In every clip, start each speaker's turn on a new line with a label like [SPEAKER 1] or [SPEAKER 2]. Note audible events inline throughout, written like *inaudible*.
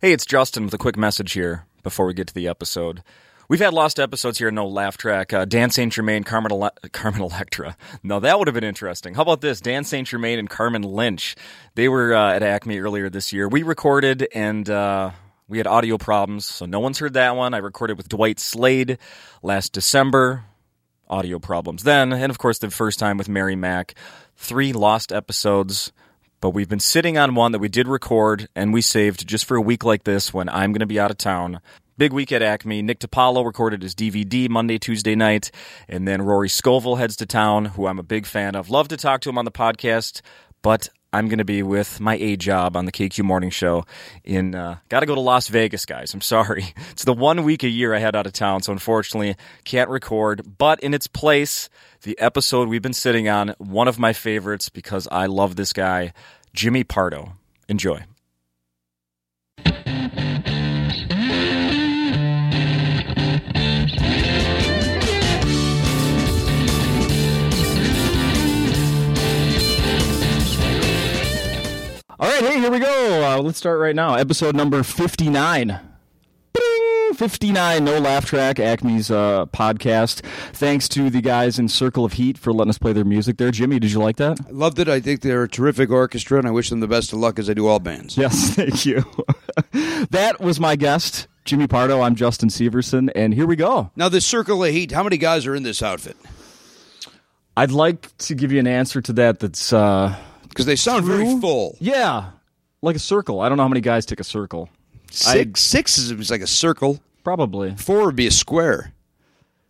[SPEAKER 1] Hey, it's Justin with a quick message here before we get to the episode. We've had lost episodes here, no laugh track. Uh, Dan St. Germain, Carmen, Ele- *laughs* Carmen Electra. No, that would have been interesting. How about this? Dan St. Germain and Carmen Lynch. They were uh, at Acme earlier this year. We recorded and uh, we had audio problems, so no one's heard that one. I recorded with Dwight Slade last December audio problems then, and of course the first time with Mary Mack. Three lost episodes, but we've been sitting on one that we did record and we saved just for a week like this when I'm going to be out of town. Big week at Acme. Nick DiPaolo recorded his DVD Monday, Tuesday night, and then Rory Scovel heads to town, who I'm a big fan of. Love to talk to him on the podcast, but I'm going to be with my A job on the KQ Morning Show. In uh, got to go to Las Vegas, guys. I'm sorry. *laughs* It's the one week a year I had out of town, so unfortunately can't record. But in its place, the episode we've been sitting on, one of my favorites because I love this guy, Jimmy Pardo. Enjoy.
[SPEAKER 2] All right, hey, here we go. Uh, let's start right now. Episode number 59. Bing! 59 No Laugh Track, Acme's uh, podcast. Thanks to the guys in Circle of Heat for letting us play their music there. Jimmy, did you like that?
[SPEAKER 3] Loved it. I think they're a terrific orchestra, and I wish them the best of luck as I do all bands.
[SPEAKER 2] Yes, *laughs* thank you. that was my guest, Jimmy Pardo. I'm Justin Severson, and here we go.
[SPEAKER 3] Now, this Circle of Heat, how many guys are in this outfit?
[SPEAKER 2] I'd like to give you an answer to that that's, uh,
[SPEAKER 3] Because they sound very full.
[SPEAKER 2] yeah, like a circle. I don't know how many guys take a circle.
[SPEAKER 3] Six, six is is like a circle.
[SPEAKER 2] Probably.
[SPEAKER 3] Four would be a square.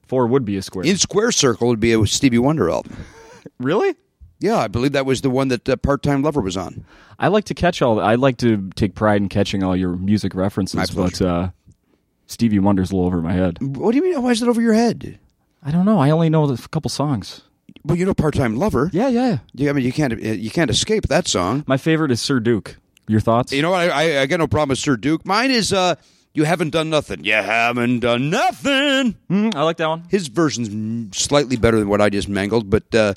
[SPEAKER 2] Four would be a square.
[SPEAKER 3] In Square Circle would be a Stevie Wonder album.
[SPEAKER 2] really?
[SPEAKER 3] Yeah, I believe that was the one that uh, Part Time Lover was on.
[SPEAKER 2] I like to catch all. I like to take pride in catching all your music references, but
[SPEAKER 3] pleasure.
[SPEAKER 2] uh, Stevie Wonder's a little over my head.
[SPEAKER 3] What do you mean? Why is that over your head?
[SPEAKER 2] I don't know. I only know a couple songs.
[SPEAKER 3] Well, you know Part Time Lover.
[SPEAKER 2] Yeah, yeah.
[SPEAKER 3] You- I mean, you can't uh, you can't escape that song.
[SPEAKER 2] My favorite is Sir Duke. Your thoughts?
[SPEAKER 3] You know what? I, I, I got no problem with Sir Duke. Mine is uh, You Haven't Done Nothing. You haven't done nothing.
[SPEAKER 2] Mm, I like that one.
[SPEAKER 3] his version's slightly better than what I just mangled, but uh,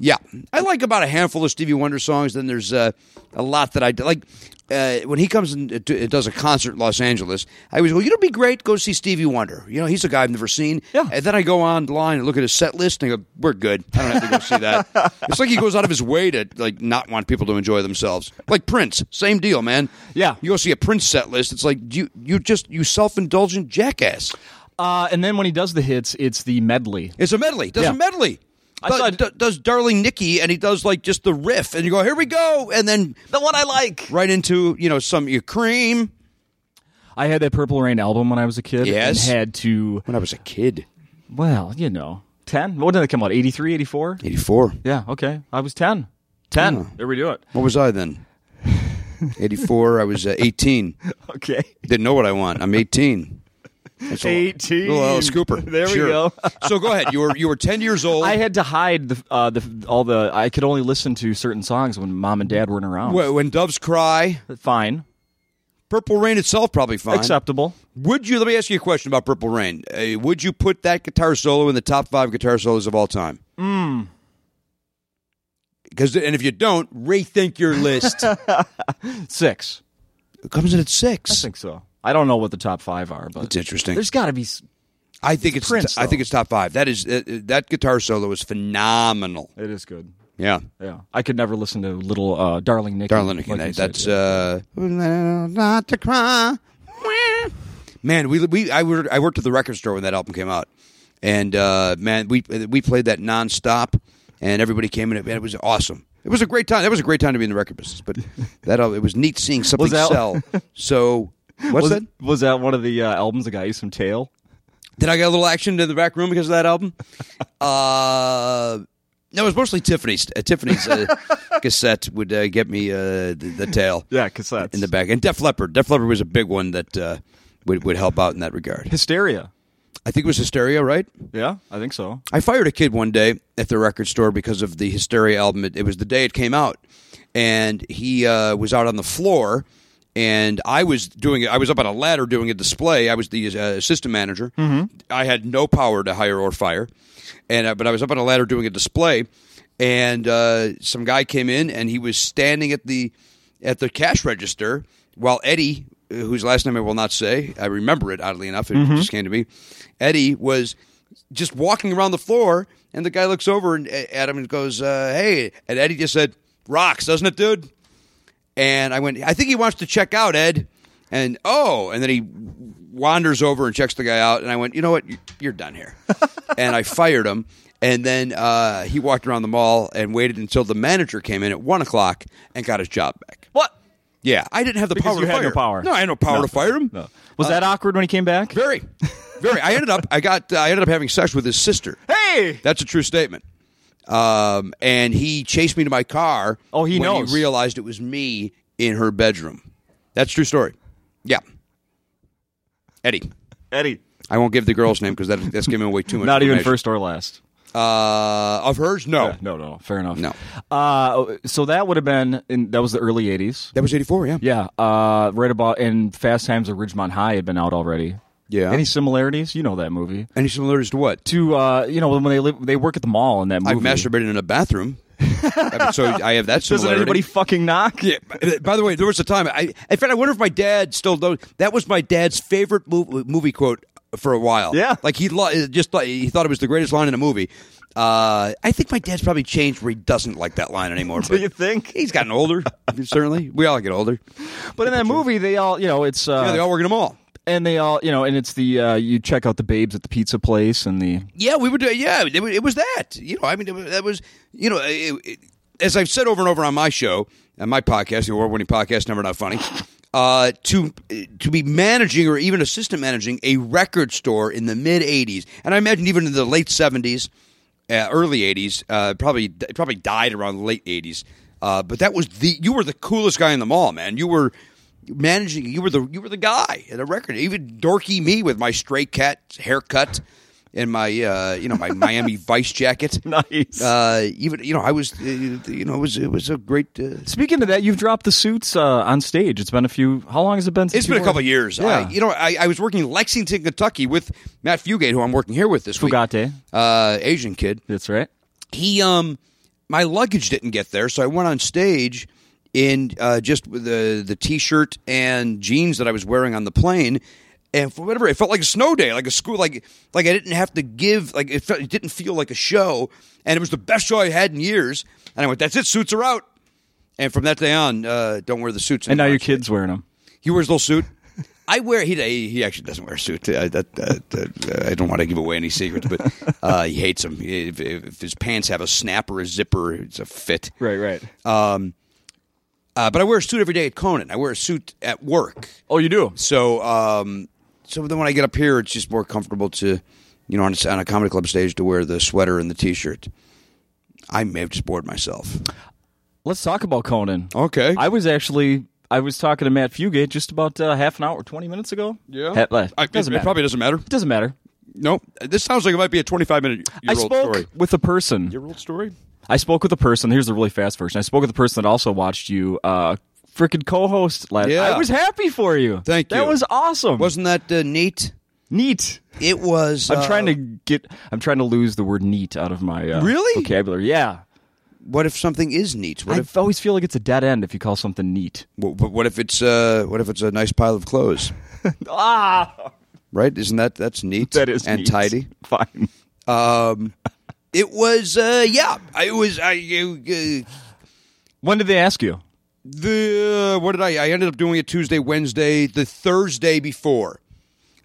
[SPEAKER 3] yeah, I like about a handful of Stevie Wonder songs. Then there's uh, a lot that I d- like. Uh, when he comes and d- does a concert in Los Angeles, I always go, "You know, it'd be great go see Stevie Wonder." You know, he's a guy I've never seen.
[SPEAKER 2] Yeah.
[SPEAKER 3] And then I go online and look at his set list, and I go, "We're good. I don't have to go see
[SPEAKER 2] *laughs*
[SPEAKER 3] that." it's like he goes out of his way to like not want people to enjoy themselves. Like Prince, same deal, man.
[SPEAKER 2] Yeah.
[SPEAKER 3] you go see a Prince set list, it's like you you just you self indulgent jackass.
[SPEAKER 2] Uh, and then when he does the hits, it's the medley.
[SPEAKER 3] It's a medley. It Does
[SPEAKER 2] Yeah.
[SPEAKER 3] a medley.
[SPEAKER 2] I
[SPEAKER 3] Does-
[SPEAKER 2] thought-
[SPEAKER 3] do- does Darling Nikki, and he does like just the riff, and you go, here we go, and then
[SPEAKER 2] The one I like.
[SPEAKER 3] right into you know some your cream.
[SPEAKER 2] I had that Purple Rain album when I was a kid.
[SPEAKER 3] Yes.
[SPEAKER 2] And had to,
[SPEAKER 3] When I was a kid,
[SPEAKER 2] well, you know, 10. What did that come out? 83, 84?
[SPEAKER 3] eighty four.
[SPEAKER 2] Yeah, okay. I was 10. 10. There we do it.
[SPEAKER 3] What was
[SPEAKER 2] *laughs*
[SPEAKER 3] I then? Eighty four. I was uh, eighteen.
[SPEAKER 2] Okay.
[SPEAKER 3] Didn't know what I want. I'm eighteen. That's a little-
[SPEAKER 2] 18.
[SPEAKER 3] Little Alice
[SPEAKER 2] *laughs*
[SPEAKER 3] Cooper.
[SPEAKER 2] There we
[SPEAKER 3] Sure.
[SPEAKER 2] go.
[SPEAKER 3] so go ahead. You were you were ten years
[SPEAKER 2] *laughs*
[SPEAKER 3] old.
[SPEAKER 2] I had to hide the, uh, the all the. I could only listen to certain songs when mom and dad weren't around.
[SPEAKER 3] Wh- when doves cry,
[SPEAKER 2] Fine,
[SPEAKER 3] Purple Rain itself probably fine.
[SPEAKER 2] acceptable.
[SPEAKER 3] Would you? Let me ask you a question about Purple Rain. Uh, would you put that guitar solo in the top five guitar solos of all time? Mm.
[SPEAKER 2] Hmm.
[SPEAKER 3] Because and if you don't, rethink
[SPEAKER 2] *laughs*
[SPEAKER 3] your list. it
[SPEAKER 2] Six,
[SPEAKER 3] comes in at six.
[SPEAKER 2] I think so. I don't know what the top five are, but
[SPEAKER 3] That's interesting.
[SPEAKER 2] there's got to be. s-
[SPEAKER 3] I think it's.
[SPEAKER 2] Prince,
[SPEAKER 3] I
[SPEAKER 2] though.
[SPEAKER 3] think it's top five. That is uh, uh, that guitar solo is phenomenal.
[SPEAKER 2] It is good.
[SPEAKER 3] Yeah,
[SPEAKER 2] Yeah, I could never listen to little uh, darling Nikki.
[SPEAKER 3] darling.
[SPEAKER 2] like you
[SPEAKER 3] that,
[SPEAKER 2] said,
[SPEAKER 3] that's
[SPEAKER 2] yeah.
[SPEAKER 3] uh, not to cry. Man, we we I worked I worked at the record store when that album came out, and uh, man, we we played that nonstop, and everybody came in. and It was awesome. It was a great time. That was a great time to be in the record
[SPEAKER 2] *laughs*
[SPEAKER 3] business. But that al- it was neat seeing something
[SPEAKER 2] Was that- *laughs*
[SPEAKER 3] sell. So what's
[SPEAKER 2] was
[SPEAKER 3] that?
[SPEAKER 2] was that one of the uh, albums that got you some tail?
[SPEAKER 3] Did I get a little action in the back room because of
[SPEAKER 2] *laughs*
[SPEAKER 3] that album? uh, no, it was mostly Tiffany's. Uh, Tiffany's
[SPEAKER 2] *laughs*
[SPEAKER 3] uh, cassette would uh, get me uh, the, the tail.
[SPEAKER 2] Yeah, cassettes
[SPEAKER 3] in the back. And Def Leppard. Def Leppard was a big one that uh, would would help out in that regard.
[SPEAKER 2] Hysteria.
[SPEAKER 3] I think it was Hysteria, right?
[SPEAKER 2] Yeah, I think so.
[SPEAKER 3] I fired a kid one day at the record store because of the Hysteria album. It, it was the day it came out, and he uh, was out on the floor. And I was doing it. I was up on a ladder doing a display. I was the uh, assistant manager. I had no power to hire or fire, and uh, but I was up on a ladder doing a display. And uh, some guy came in, and he was standing at the at the cash register while Eddie whose last name I will not say, I remember it oddly enough. It just came to me. Eddie was just walking around the floor, and the guy looks over and at him and goes, uh, "Hey!" And Eddie just said, "Rocks, doesn't it, dude?" And I went, "I think he wants to check out Ed." And oh, and then he wanders over and checks the guy out. And I went, "You know what? You're done here." and I fired him. And then uh, he walked around the mall and waited until the manager came in at one o'clock and got his job back.
[SPEAKER 1] What?
[SPEAKER 3] Yeah, I didn't have the
[SPEAKER 2] Because
[SPEAKER 3] power.
[SPEAKER 2] you
[SPEAKER 3] to
[SPEAKER 2] had no
[SPEAKER 3] fire.
[SPEAKER 2] power.
[SPEAKER 3] No, I had no power to fire him.
[SPEAKER 2] No. Was that awkward when he came back?
[SPEAKER 3] Very, very. I ended up. I got. uh, I ended up having sex with his sister.
[SPEAKER 1] Hey!
[SPEAKER 3] That's a true statement. Um, and he chased me to my car.
[SPEAKER 1] Oh, he
[SPEAKER 3] when
[SPEAKER 1] knows.
[SPEAKER 3] He realized it was me in her bedroom. That's a true story. Yeah, Eddie.
[SPEAKER 1] Eddie.
[SPEAKER 3] I won't give the girl's name because that, that's giving away too much.
[SPEAKER 2] Not even
[SPEAKER 3] information.
[SPEAKER 2] first or last.
[SPEAKER 3] uh, of hers. No,
[SPEAKER 2] Yeah, Oh, no, no, fair enough.
[SPEAKER 3] No.
[SPEAKER 2] Uh, so that would have been, in, that was the early 80s.
[SPEAKER 3] that was eighty four. Yeah,
[SPEAKER 2] Yeah, uh, right about, and Fast Times at Ridgemont High had been out already.
[SPEAKER 3] Yeah.
[SPEAKER 2] Any similarities? You know that movie.
[SPEAKER 3] Any similarities to what?
[SPEAKER 2] To, uh, you know, when they live, they work at the mall in that movie.
[SPEAKER 3] I've masturbated in a bathroom. I mean, so I have that
[SPEAKER 2] *laughs* Doesn't
[SPEAKER 3] similarity.
[SPEAKER 2] anybody fucking knock? *laughs*
[SPEAKER 3] Yeah. b- By the way, there was a time. I, in fact, I wonder if my dad still knows. That was my dad's favorite movie, movie quote for a while.
[SPEAKER 2] Yeah.
[SPEAKER 3] like he lo- it just thought, he thought it was the greatest line in a movie. Uh, I think my dad's probably changed where he doesn't like that line
[SPEAKER 2] *laughs*
[SPEAKER 3] anymore.
[SPEAKER 2] Do you think?
[SPEAKER 3] he's gotten older? certainly, we all get older.
[SPEAKER 2] But in that movie, they all, you know, it's uh,
[SPEAKER 3] Yeah, they all work in a mall.
[SPEAKER 2] and they all, you know, and it's the uh, you check out the babes at the pizza place and
[SPEAKER 3] *laughs*
[SPEAKER 2] the
[SPEAKER 3] Yeah, we would. do- Yeah, it, wa- it was that. You know, I mean, it wa- that was. You know, it, it, as I've said over and over on my show and my podcast, the award-winning podcast, Never Not Funny, uh, to to be managing or even assistant managing a record store in the mid '80s, and I imagine even in the late '70s, uh, early '80s, uh, probably it probably died around the late '80s. Uh, but that was the you were the coolest guy in the mall, man. You were managing. You were the you were the guy at a record. Even dorky me with my stray cat haircut and my uh, you know *laughs* my Miami Vice jacket.
[SPEAKER 2] nice.
[SPEAKER 3] Uh, even you know I was uh, you know it was it was a great. Uh,
[SPEAKER 2] Speaking of that, you've dropped the suits uh, on stage. It's been a few. How long has it been? Since
[SPEAKER 3] it's been
[SPEAKER 2] you
[SPEAKER 3] a couple
[SPEAKER 2] wore-
[SPEAKER 3] of years.
[SPEAKER 2] Yeah.
[SPEAKER 3] I, you know, I, I was working in Lexington, Kentucky, with Matt Fugate, who I'm working here with this
[SPEAKER 2] Fugate.
[SPEAKER 3] week. uh, Asian kid.
[SPEAKER 2] That's right.
[SPEAKER 3] he um my luggage didn't get there so i went on stage in uh, just with the the t-shirt and jeans that i was wearing on the plane and for whatever it felt like a snow day like a school like like i didn't have to give like it, felt, it didn't feel like a show and it was the best show i had in years and i went that's it suits are out and from that day on uh, don't wear the suits
[SPEAKER 2] And now
[SPEAKER 3] anymore.
[SPEAKER 2] your kid's wearing them.
[SPEAKER 3] He wears a little suit. *laughs* I wear he he actually doesn't wear a suit. I, that, that, that- I don't want to give away any secrets, *laughs* but uh, he hates them. If, if his pants have a snap or a zipper, it's a fit.
[SPEAKER 2] Right, right.
[SPEAKER 3] Uh, but I wear a suit every day at Conan. I wear a suit at work.
[SPEAKER 2] oh, you do.
[SPEAKER 3] So um, so then when I get up here, it's just more comfortable to you know on a, on a comedy club stage to wear the sweater and the t-shirt. I may have just bored myself.
[SPEAKER 2] Let's talk about Conan.
[SPEAKER 3] Okay.
[SPEAKER 2] I was actually I was talking to Matt Fugate just about uh, half an hour, twenty minutes ago. Ha- uh,
[SPEAKER 3] I, it,
[SPEAKER 2] doesn't
[SPEAKER 3] it
[SPEAKER 2] matter.
[SPEAKER 3] probably doesn't matter.
[SPEAKER 2] doesn't matter.
[SPEAKER 3] Nope. This sounds like it might be a 25 minute year
[SPEAKER 2] I
[SPEAKER 3] old
[SPEAKER 2] spoke
[SPEAKER 3] story.
[SPEAKER 2] with a person.
[SPEAKER 3] Year old story?
[SPEAKER 2] I spoke with a person. Here's the really fast version. I spoke with a person that also watched you, uh, freaking co-host. Last.
[SPEAKER 3] Yeah.
[SPEAKER 2] I was happy for you.
[SPEAKER 3] Thank
[SPEAKER 2] That
[SPEAKER 3] you.
[SPEAKER 2] was awesome.
[SPEAKER 3] Wasn't that uh, neat?
[SPEAKER 2] neat.
[SPEAKER 3] It was.
[SPEAKER 2] I'm
[SPEAKER 3] uh,
[SPEAKER 2] trying to get. I'm trying to lose the word neat out of my uh,
[SPEAKER 3] Really?
[SPEAKER 2] vocabulary. Yeah.
[SPEAKER 3] What if something is neat? What
[SPEAKER 2] I
[SPEAKER 3] if?
[SPEAKER 2] always feel like it's a dead end if you call something neat.
[SPEAKER 3] wh- wh- What if it's? Uh, what if it's a nice pile of clothes?
[SPEAKER 2] Ah,
[SPEAKER 3] Right? Isn't that that's neat?
[SPEAKER 2] *laughs* that is
[SPEAKER 3] and
[SPEAKER 2] neat.
[SPEAKER 3] tidy.
[SPEAKER 2] Fine.
[SPEAKER 3] Um, it was. Uh, yeah, I was. I uh,
[SPEAKER 2] When did they ask you?
[SPEAKER 3] the what did I? I ended up doing it Tuesday, Wednesday, the Thursday before.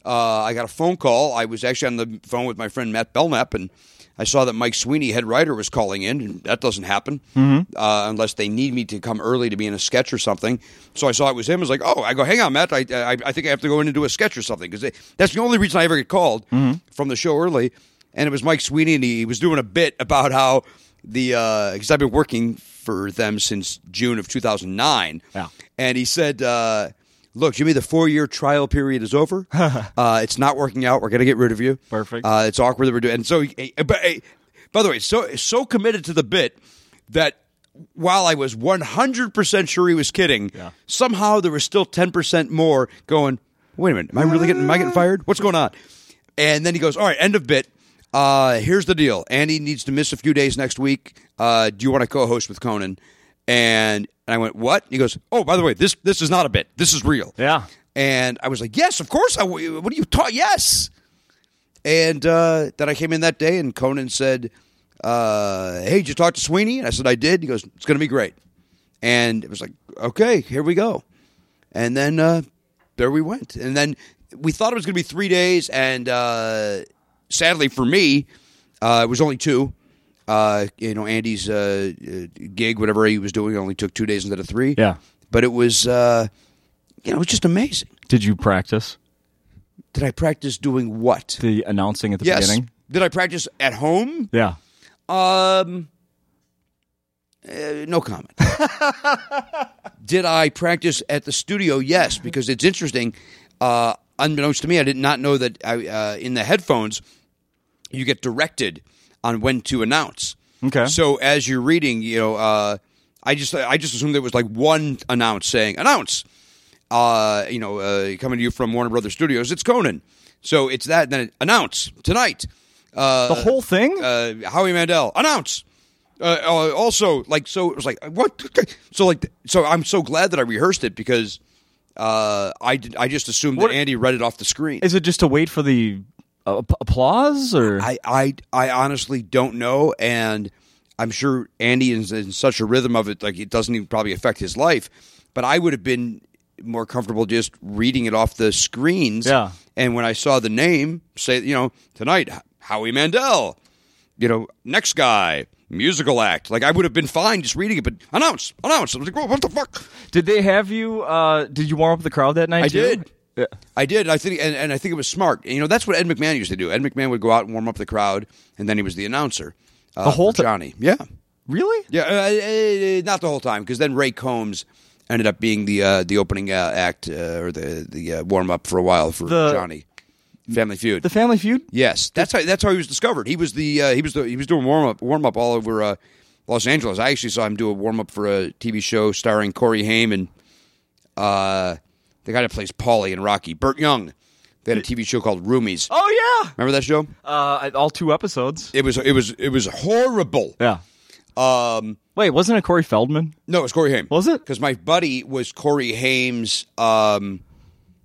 [SPEAKER 3] Uh, I got a phone call. I was actually on the phone with my friend Matt Belknap, and I saw that Mike Sweeney, head writer, was calling in, and that doesn't happen uh, unless they need me to come early to be in a sketch or something. So I saw it was him. I was like, oh, I go, hang on, Matt. I I, I think I have to go in and do a sketch or something because that's the only reason I ever get called from the show early. And it was Mike Sweeney, and he was doing a bit about how the because I've been working for them since June of 2009.
[SPEAKER 2] Yeah.
[SPEAKER 3] And he said, uh, Look, Jimmy, the four year trial period is over. uh, it's not working out. We're going to get rid of you.
[SPEAKER 2] Perfect.
[SPEAKER 3] Uh, it's awkward that we're doing And so, he- eh, but, eh, by the way, so, so committed to the bit that while I was 100% sure he was kidding, somehow there was still 10% more going, Wait a minute. Am I really getting, am I getting fired? What's going on? And then he goes, All right, end of bit. Uh, here's the deal. Andy needs to miss a few days next week. Uh, do you want to co-host with Conan? And and I went, what? And he goes, oh, by the way, this this is not a bit. This is real.
[SPEAKER 2] Yeah.
[SPEAKER 3] And I was like, yes, of course. I, w- what are you taught? Yes. And uh, then I came in that day, and Conan said, uh, "Hey, did you talk to Sweeney?" And I said, "I did." He goes, "It's going to be great." And it was like, "Okay, here we go." And then uh, there we went. And then we thought it was going to be three days, and uh, sadly for me, uh, it was only two. Uh, you know, Andy's uh, uh, gig, whatever he was doing, only took two days instead of three.
[SPEAKER 2] Yeah.
[SPEAKER 3] but it was, uh, you know, it was just amazing.
[SPEAKER 2] Did you practice
[SPEAKER 3] Did I practice doing what?
[SPEAKER 2] the announcing at the
[SPEAKER 3] Yes.
[SPEAKER 2] beginning?
[SPEAKER 3] Did I practice at home?
[SPEAKER 2] Yeah.
[SPEAKER 3] Um, eh, no comment. *laughs* Did I practice at the studio? Yes, because it's interesting. Uh, unbeknownst to me, I did not know that I, uh, in the headphones you get directed on when to announce.
[SPEAKER 2] Okay.
[SPEAKER 3] So as you're reading, you know, uh, I just I just assumed there was like one announce saying announce. Uh, you know, uh, coming to you from Warner Brothers Studios, it's Conan. So it's that. Then it, announce tonight. Uh,
[SPEAKER 2] The whole thing?
[SPEAKER 3] uh, Howie Mandel announce. Uh, uh, also, like, so it was like, what? So, like, so I'm so glad that I rehearsed it because uh, I did, I just assumed
[SPEAKER 2] What-
[SPEAKER 3] that Andy read it off the screen.
[SPEAKER 2] Is it just to wait for the uh, p- applause or
[SPEAKER 3] I, I I honestly don't know, and I'm sure Andy is in such a rhythm of it, like it doesn't even probably affect his life. But I would have been more comfortable just reading it off the screens.
[SPEAKER 2] Yeah.
[SPEAKER 3] And when I saw the name, say you know tonight Howie Mandel, you know next guy musical act, like I would have been fine just reading it. But announce, announce. I was like, "Whoa, what the fuck?
[SPEAKER 2] did they have you uh did you warm up the crowd that night
[SPEAKER 3] I
[SPEAKER 2] too?
[SPEAKER 3] did.
[SPEAKER 2] Yeah.
[SPEAKER 3] I did. I think, and, and I think it was smart. And, you know, that's what Ed McMahon used to do. Ed McMahon would go out and warm up the crowd, and then he was the announcer. Uh,
[SPEAKER 2] The whole
[SPEAKER 3] for
[SPEAKER 2] ti-
[SPEAKER 3] Johnny. Yeah,
[SPEAKER 2] Really?
[SPEAKER 3] yeah. Uh, uh, uh, not the whole time, because then Ray Combs ended up being the uh, the opening uh, act uh, or the the uh, warm up for a while for
[SPEAKER 2] The-
[SPEAKER 3] Johnny. Family Feud.
[SPEAKER 2] The Family Feud?
[SPEAKER 3] yes, that's how that's how he was discovered. He was the uh, he was the, he was doing warm up warm up all over uh, Los Angeles. I actually saw him do a warm up for a TV show starring Corey Haim and uh, the guy that plays Paulie in Rocky, Burt Young. They had a TV show called Roomies.
[SPEAKER 2] Oh yeah.
[SPEAKER 3] Remember that show?
[SPEAKER 2] Uh I- all two episodes.
[SPEAKER 3] It was it was it was horrible.
[SPEAKER 2] yeah.
[SPEAKER 3] Um,
[SPEAKER 2] Wait, wasn't it Corey Feldman?
[SPEAKER 3] no, it was Corey Haim.
[SPEAKER 2] Was it?
[SPEAKER 3] Because my buddy was Corey Haim's. Um,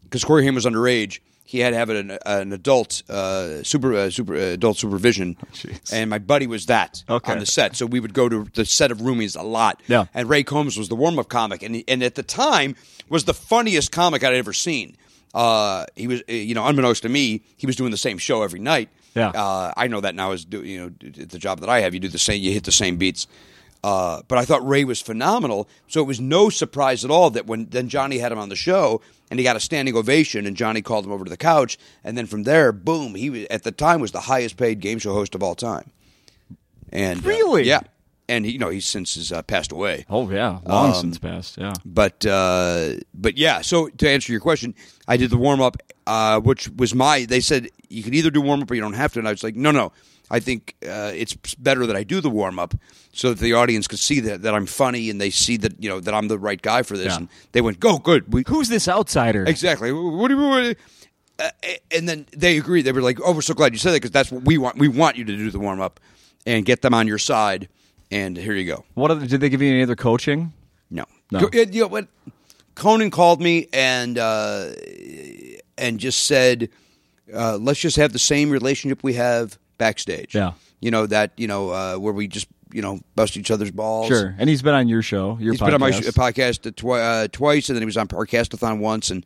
[SPEAKER 3] because Corey Haim was underage, he had to have an, an adult uh, super uh, super uh, adult supervision,
[SPEAKER 2] Oh, Jeez.
[SPEAKER 3] and my buddy was that
[SPEAKER 2] Okay.
[SPEAKER 3] on the set. So we would go to the set of roomies a lot.
[SPEAKER 2] Yeah.
[SPEAKER 3] And Ray Combs was the warm up comic, and he- and at the time was the funniest comic I'd ever seen. Uh, he was uh, you know unbeknownst to me, he was doing the same show every night.
[SPEAKER 2] Yeah.
[SPEAKER 3] Uh, I know that now is do, you know d- d- the job that I have. You do the same, you hit the same beats. Uh, but I thought Ray was phenomenal, so it was no surprise at all that when then Johnny had him on the show and he got a standing ovation, and Johnny called him over to the couch, and then from there, boom, he was, at the time was the highest paid game show host of all time. And uh,
[SPEAKER 2] Really?
[SPEAKER 3] yeah, and he, you know he's since has uh, passed away.
[SPEAKER 2] Oh yeah, long
[SPEAKER 3] Um,
[SPEAKER 2] since passed. Yeah.
[SPEAKER 3] But uh, but yeah, so to answer your question, I did the warm up, uh, which was my. They said you can either do warm up or you don't have to, and I was like, no, no. I think uh, it's better that I do the warm up so that the audience could see that, that I'm funny and they see that you know that I'm the right guy for this.
[SPEAKER 2] Yeah.
[SPEAKER 3] And they went, go, good. We,
[SPEAKER 2] Who's this outsider?
[SPEAKER 3] Exactly. What do you mean? Uh, and then they agreed. They were like, "Oh, we're so glad you said that because that's what we want. We want you to do the warm up and get them on your side." And here you go.
[SPEAKER 2] what other, did they give you any other coaching?
[SPEAKER 3] No,
[SPEAKER 2] No.
[SPEAKER 3] Co- uh, you know what? Conan called me and uh, and just said, uh, "Let's just have the same relationship we have backstage."
[SPEAKER 2] Yeah.
[SPEAKER 3] you know that you know uh, where we just you know bust each other's balls.
[SPEAKER 2] Sure. And he's been on your show, your
[SPEAKER 3] He's
[SPEAKER 2] podcast.
[SPEAKER 3] been on my sh- podcast twi- uh, twice, and then he was on Parcastathon once. And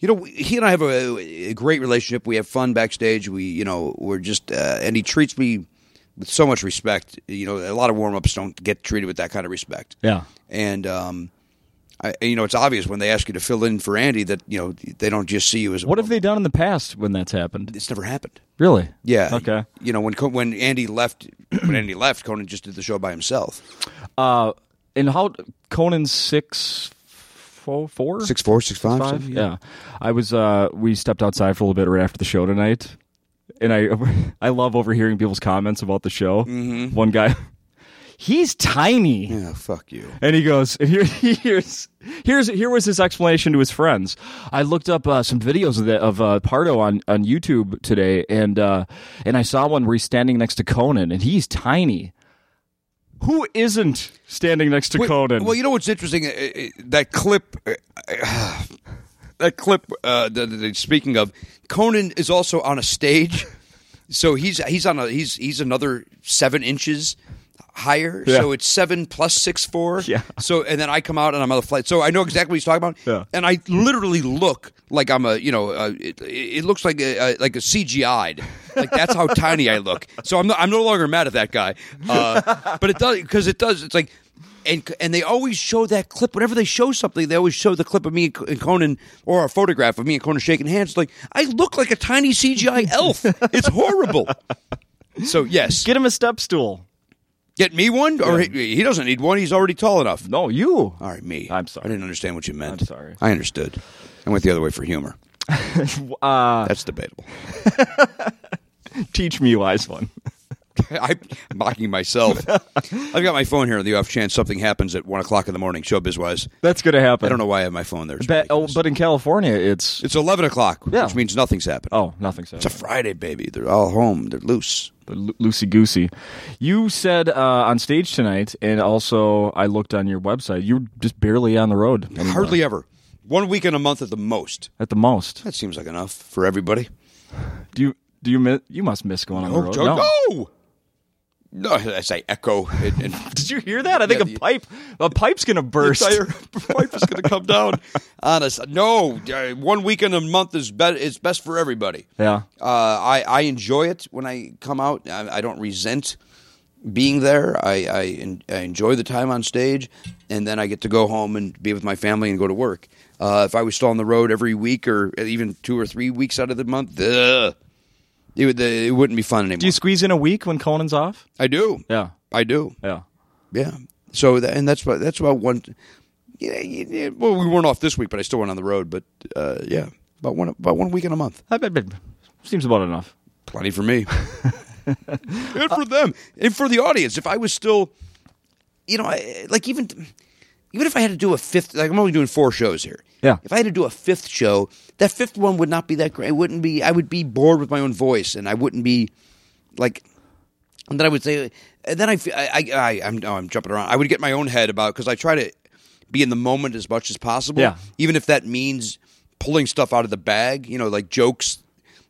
[SPEAKER 3] you know, we- he and I have a, a great relationship. We have fun backstage. We, you know, we're just, uh, and he treats me with so much respect. You know, a lot of warm ups don't get treated with that kind of respect.
[SPEAKER 2] Yeah.
[SPEAKER 3] and um, I, and, you know, it's obvious when they ask you to fill in for Andy that you know they don't just see you as oh,
[SPEAKER 2] What have they done in the past when that's happened?
[SPEAKER 3] It's never happened.
[SPEAKER 2] Really?
[SPEAKER 3] Yeah.
[SPEAKER 2] Okay.
[SPEAKER 3] You know when Co- when Andy left, when Andy left, Conan just did the show by himself.
[SPEAKER 2] Uh, and how Conan's six, four, four?
[SPEAKER 3] Six four, six five,
[SPEAKER 2] five?
[SPEAKER 3] something,
[SPEAKER 2] Yeah. I was. Uh, we stepped outside for a little bit right after the show tonight, and I *laughs* I love overhearing people's comments about the show. Mm-hmm. One guy, *laughs* he's tiny.
[SPEAKER 3] Yeah, fuck you.
[SPEAKER 2] And he goes, *laughs* and here, here's here's here was his explanation to his friends. I looked up uh, some videos of the, of uh, Pardo on, on YouTube today, and uh, and I saw one where he's standing next to Conan, and he's tiny. Who isn't standing next to
[SPEAKER 3] Wait,
[SPEAKER 2] Conan?
[SPEAKER 3] Well, you know what's interesting? Uh, *sighs* uh, That clip. uh, uh, that clip. Uh, that, that- that- speaking of, Conan is also on a stage, so he's he's on a he's he's another seven inches higher.
[SPEAKER 2] Yeah.
[SPEAKER 3] So it's seven plus six four.
[SPEAKER 2] Yeah.
[SPEAKER 3] So and then I come out and I'm on the flight, so I know exactly what he's talking about.
[SPEAKER 2] Yeah.
[SPEAKER 3] And I literally look like I'm a you know uh, it, it looks like a, a, like a CGI'd. Like that's how tiny I look. So I'm no, I'm no longer mad at that guy. Uh, but it does because it does. It's like. And, and they always show that clip. Whenever they show something, they always show the clip of me and Conan or a photograph of me and Conan shaking hands. Like, I look like a tiny CGI elf. It's horrible. So, yes. Get,
[SPEAKER 2] Get him a step stool.
[SPEAKER 3] me one? Or he, he doesn't need one. He's already tall enough.
[SPEAKER 2] No,
[SPEAKER 3] *laughs*
[SPEAKER 2] you.
[SPEAKER 3] All right, me.
[SPEAKER 2] I'm sorry.
[SPEAKER 3] I didn't understand what you meant.
[SPEAKER 2] I'm sorry.
[SPEAKER 3] I understood. I went the other way for humor. That's debatable.
[SPEAKER 2] Uh,
[SPEAKER 3] *laughs*
[SPEAKER 2] Teach me wise one.
[SPEAKER 3] I'm
[SPEAKER 2] *laughs*
[SPEAKER 3] mocking myself. I've got my phone here on the off chance something happens at one o'clock in the morning, showbiz wise.
[SPEAKER 2] That's gonna happen.
[SPEAKER 3] I don't know why I have my phone there. It's
[SPEAKER 2] But, oh,
[SPEAKER 3] ridiculous.
[SPEAKER 2] but in California, it's
[SPEAKER 3] it's eleven o'clock,
[SPEAKER 2] Yeah.
[SPEAKER 3] which means nothing's happened.
[SPEAKER 2] oh nothing. So
[SPEAKER 3] It's a Friday, baby. They're all home. They're loose.
[SPEAKER 2] loosey goosey. You said uh, on stage tonight, and also I looked on your website. You're just barely on the road. anymore.
[SPEAKER 3] Hardly ever. One weekend a month at the most.
[SPEAKER 2] at the most.
[SPEAKER 3] That seems like enough for everybody. Oh,
[SPEAKER 2] Do you do you miss, you must miss going on the road?
[SPEAKER 3] Joe-
[SPEAKER 2] No.
[SPEAKER 3] no. No, I say echo. And, and
[SPEAKER 2] Did you hear that? I think
[SPEAKER 3] Yeah,
[SPEAKER 2] a
[SPEAKER 3] the-
[SPEAKER 2] pipe a pipe's gonna *laughs* burst.
[SPEAKER 3] entire wife is going to come
[SPEAKER 2] *laughs*
[SPEAKER 3] down. Honest, no. uh, One weekend a month is bet It's best for everybody.
[SPEAKER 2] Yeah.
[SPEAKER 3] Uh, I I enjoy it when I come out. I, I don't resent being there. I I, en- I enjoy the time on stage, and then I get to go home and be with my family and go to work. Uh, if I was still on the road every week or even two or three weeks out of the month, ugh, it would it wouldn't be fun anymore.
[SPEAKER 2] Do you squeeze in a week when Conan's off?
[SPEAKER 3] I do.
[SPEAKER 2] Yeah.
[SPEAKER 3] I do.
[SPEAKER 2] Yeah.
[SPEAKER 3] Yeah. So that, and that's what that's about one. Yeah, yeah, yeah, well, we weren't off this week, but I still went on the road. But uh, yeah, about one about one weekend a month,
[SPEAKER 2] I bet, bet- seems about enough.
[SPEAKER 3] plenty for *laughs* me, and for them, and for the audience. If I was still, you know, I, like even even if I had to do a fifth, like I'm only doing four shows here.
[SPEAKER 2] Yeah.
[SPEAKER 3] If I had to do a fifth show, that fifth one would not be that great. It wouldn't be. I would be bored with my own voice, and I wouldn't be like and then I would say, and then I, fe- I, I, I I'm, no, I'm jumping around. I would get my own head about because I try to be in the moment as much as possible,
[SPEAKER 2] Yeah.
[SPEAKER 3] even if that means pulling stuff out of the bag, you know, like jokes,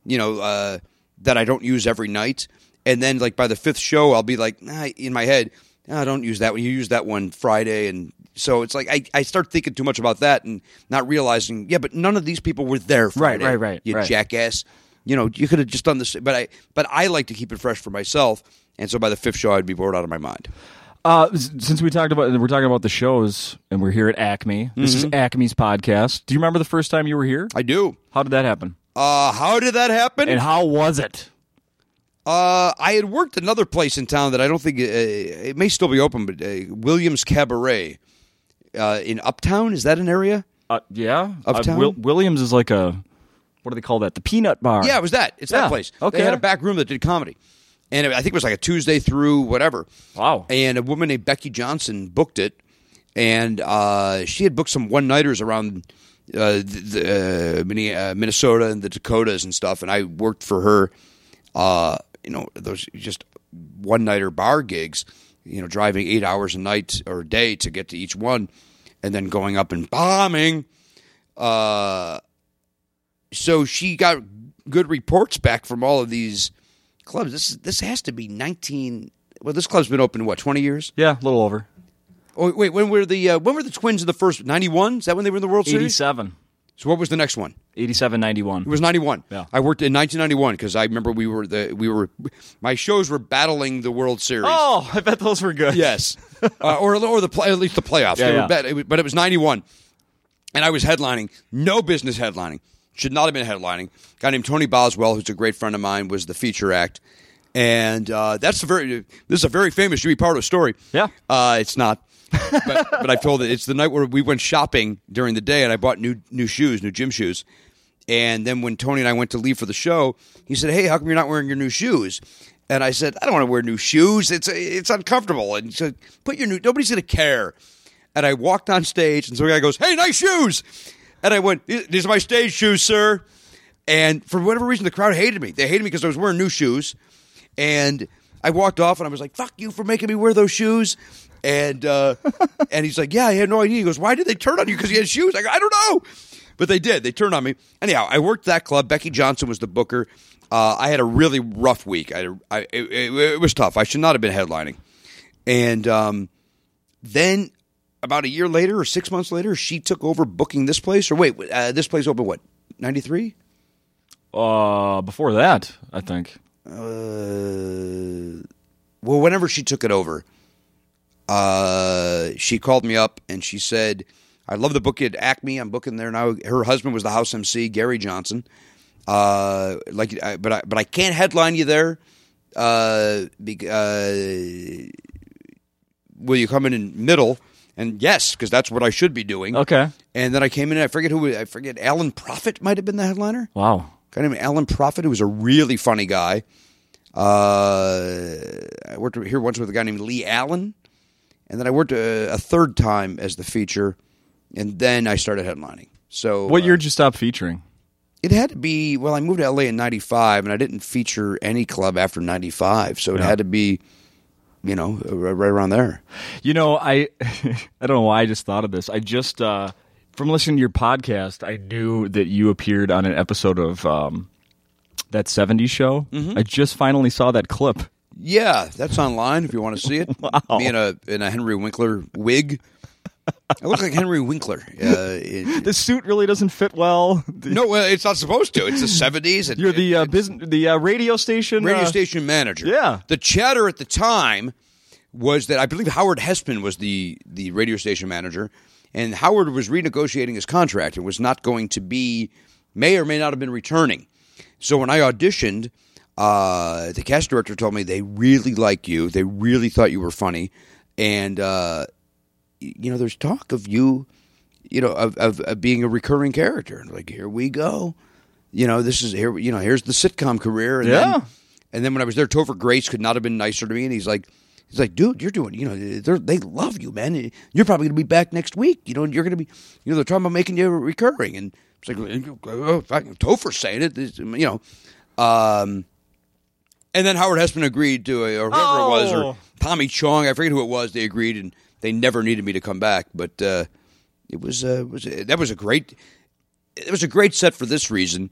[SPEAKER 3] you know, uh, that I don't use every night. And then, like by the fifth show, I'll be like, nah, in my head, I don't use that one. You use that one Friday, and so it's like I, I start thinking too much about that and not realizing, yeah, but none of these people were there. Friday,
[SPEAKER 2] right, right,
[SPEAKER 3] You
[SPEAKER 2] right.
[SPEAKER 3] jack jackass. You know, you could have just done this, but I, but I like to keep it fresh for myself, and so by the fifth show, I'd be bored out of my mind.
[SPEAKER 2] Uh, s- since we talked about we're talking about the shows and we're here at Acme. This is Acme's podcast. Do you remember the first time you were here?
[SPEAKER 3] I do.
[SPEAKER 2] How did that happen?
[SPEAKER 3] Uh, how did that happen?
[SPEAKER 2] And how was it?
[SPEAKER 3] uh, I had worked another place in town that I don't think uh, it may still be open, but uh, Williams Cabaret uh, in Uptown. Is that an area?
[SPEAKER 2] Uh, yeah,
[SPEAKER 3] Uptown?
[SPEAKER 2] Wil- Williams is like a what do they call that? The peanut bar.
[SPEAKER 3] Yeah, it was that. It's
[SPEAKER 2] Yeah,
[SPEAKER 3] that place.
[SPEAKER 2] okay.
[SPEAKER 3] They had a back room that did comedy. And it, I think it was like a Tuesday through whatever.
[SPEAKER 2] Wow.
[SPEAKER 3] And a woman named Becky Johnson booked it. And uh, she had booked some one nighters around uh, the, the, uh, Minne- uh, Minnesota and the Dakotas and stuff. And I worked for her, uh, you know, those just one nighter bar gigs, you know, driving eight hours a night or a day to get to each one and then going up and bombing Uh, so she got good reports back from all of these clubs. This this has to be nineteen. Well, this club's been open what twenty years?
[SPEAKER 2] yeah, a little over
[SPEAKER 3] Oh wait, when were the uh, when were the Twins in the first ninety one? Is that when they were in the World Series?
[SPEAKER 2] 87,
[SPEAKER 3] So what was the next one?
[SPEAKER 2] 87,
[SPEAKER 3] It
[SPEAKER 2] 91.
[SPEAKER 3] was ninety one.
[SPEAKER 2] Yeah.
[SPEAKER 3] I worked in nineteen ninety one because I remember we were the we were my shows were battling the World Series.
[SPEAKER 2] Oh, I bet those were good.
[SPEAKER 3] Yes,
[SPEAKER 2] *laughs*
[SPEAKER 3] uh, or or the play, at least the playoffs.
[SPEAKER 2] Yeah,
[SPEAKER 3] They were
[SPEAKER 2] yeah.
[SPEAKER 3] bet- it was- but it was ninety one, and I was headlining. No business headlining. Should not have been headlining. A guy named Tony Boswell, who's a great friend of mine, was the feature act, and uh, that's a very this is a very famous Jimmy Pardo story.
[SPEAKER 2] Yeah.
[SPEAKER 3] uh, it's not. but, but I've told it. It's the night where we went shopping during the day, and I bought new new shoes, new gym shoes. And then when Tony and I went to leave for the show, he said, "Hey, how come you're not wearing your new shoes?" And I said, "I don't want to wear new shoes. It's it's uncomfortable." And he said, "Put your new. Nobody's gonna care." And I walked on stage, and some guy goes, "Hey, nice shoes!" And I went, "These these are my stage shoes, sir." And for whatever reason, the crowd hated me. They hated me because I was wearing new shoes. And I walked off and I was like, fuck you for making me wear those shoes. *laughs* And uh, and he's like, yeah, I had no idea. He goes, why did they turn on you? Because you had shoes. I go, I don't know. But they did. They turned on me. Anyhow, I worked that club. Becky Johnson was the booker. Uh, I had a really rough week. I, I it, it, it was tough. I should not have been headlining. And um, then about a year later or six months later, she took over booking this place. Or wait, uh, this place opened what ninety three?
[SPEAKER 2] Uh, before that, I think.
[SPEAKER 3] Uh, well, whenever she took it over, uh, she called me up and she said, "I love the book at Acme. I'm booking there now." Her husband was the house MC, Gary Johnson. Uh, like, I, but I, but I can't headline you there. Uh, be, uh, will you come in in middle? And yes, because that's what I should be doing.
[SPEAKER 2] Okay.
[SPEAKER 3] And then I came in. I forget who. I forget. Alan Prophet might have been the headliner.
[SPEAKER 2] Wow.
[SPEAKER 3] guy named Alan Prophet, who was a really funny guy. Uh, I worked here once with a guy named Lee Allen, and then I worked uh, a, a third time as the feature, and then I started headlining. So
[SPEAKER 2] What
[SPEAKER 3] uh,
[SPEAKER 2] year did you stop featuring?
[SPEAKER 3] it had to be well i moved to la in 95 and i didn't feature any club after 95 so it had to be you know uh, r- right around there
[SPEAKER 2] You know, I *laughs* I don't know why I just thought of this. I just uh, from listening to your podcast, I knew that you appeared on an episode of um, that '70s show. I just finally saw that clip.
[SPEAKER 3] yeah that's online if you want to see it me in a in a henry winkler wig i look like henry winkler uh, it-
[SPEAKER 2] The suit really doesn't fit well.
[SPEAKER 3] no well, it's not supposed
[SPEAKER 2] *laughs*
[SPEAKER 3] to it's the 70s It-
[SPEAKER 2] You're the
[SPEAKER 3] it-
[SPEAKER 2] uh, business, the uh, radio station.
[SPEAKER 3] radio
[SPEAKER 2] uh,
[SPEAKER 3] station manager
[SPEAKER 2] yeah.
[SPEAKER 3] the chatter at the time was that i believe howard hessman was the the radio station manager and howard was renegotiating his contract and was not going to be may or may not have been returning so when i auditioned uh, the cast director told me they really like you they really thought you were funny and uh, you know, there's talk of you, you know, of, of, of being a recurring character. And like, here we go. You know, this is here. You know, here's the sitcom career. And
[SPEAKER 2] Yeah.
[SPEAKER 3] Then, and then when I was there, Topher Grace could not have been nicer to me. And he's like, he's like, dude, you're doing. You know, they're, they love you, man. You're probably going to be back next week. You know, and you're going to be. You know, they're talking about making you recurring. And it's like, oh, fucking Topher's saying it. This- you know. Um, and then Howard Hessman agreed to, it, or whoever it was,
[SPEAKER 2] Oh.
[SPEAKER 3] or Tommy Chong, I forget who it was. They agreed, and they never needed me to come back. But uh, it was uh, was that was a great it was a great set for this reason.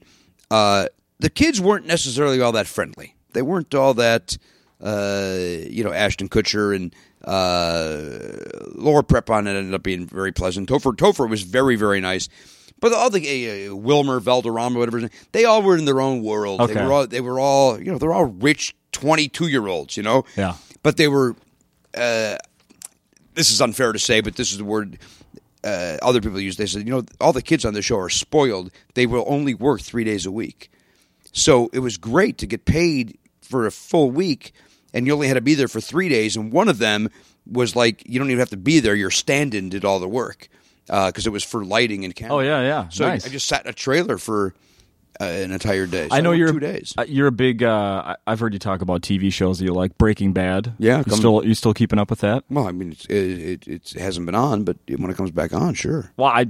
[SPEAKER 3] Uh, the kids weren't necessarily all that friendly. They weren't all that uh, you know Ashton Kutcher and uh, Laura Prepon ended up being very pleasant. Topher Topher was very very nice. But all the uh, Wilmer Valderrama, whatever, his name, they all were in their own world. They
[SPEAKER 2] Okay.
[SPEAKER 3] were all they were all you know they're all rich 22 year olds you know
[SPEAKER 2] Yeah.
[SPEAKER 3] but they were uh, this is unfair to say but this is the word uh, other people use they said you know all the kids on the show are spoiled they will only work three days a week so it was great to get paid for a full week and you only had to be there for three days and one of them was like you don't even have to be there your stand-in did all the work because it was for lighting and camera
[SPEAKER 2] Oh, yeah, yeah.
[SPEAKER 3] so
[SPEAKER 2] Nice.
[SPEAKER 3] I just sat in a trailer for uh, an entire day So
[SPEAKER 2] I know
[SPEAKER 3] worked
[SPEAKER 2] you're
[SPEAKER 3] two days
[SPEAKER 2] uh, You're a big. Uh, I- I've heard you talk about TV shows that you like. Breaking Bad.
[SPEAKER 3] Yeah,
[SPEAKER 2] You
[SPEAKER 3] come-
[SPEAKER 2] still you still keeping up with that?
[SPEAKER 3] Well, I mean, it's, it, it, it hasn't been on, but when it comes back on, sure.
[SPEAKER 2] Well, I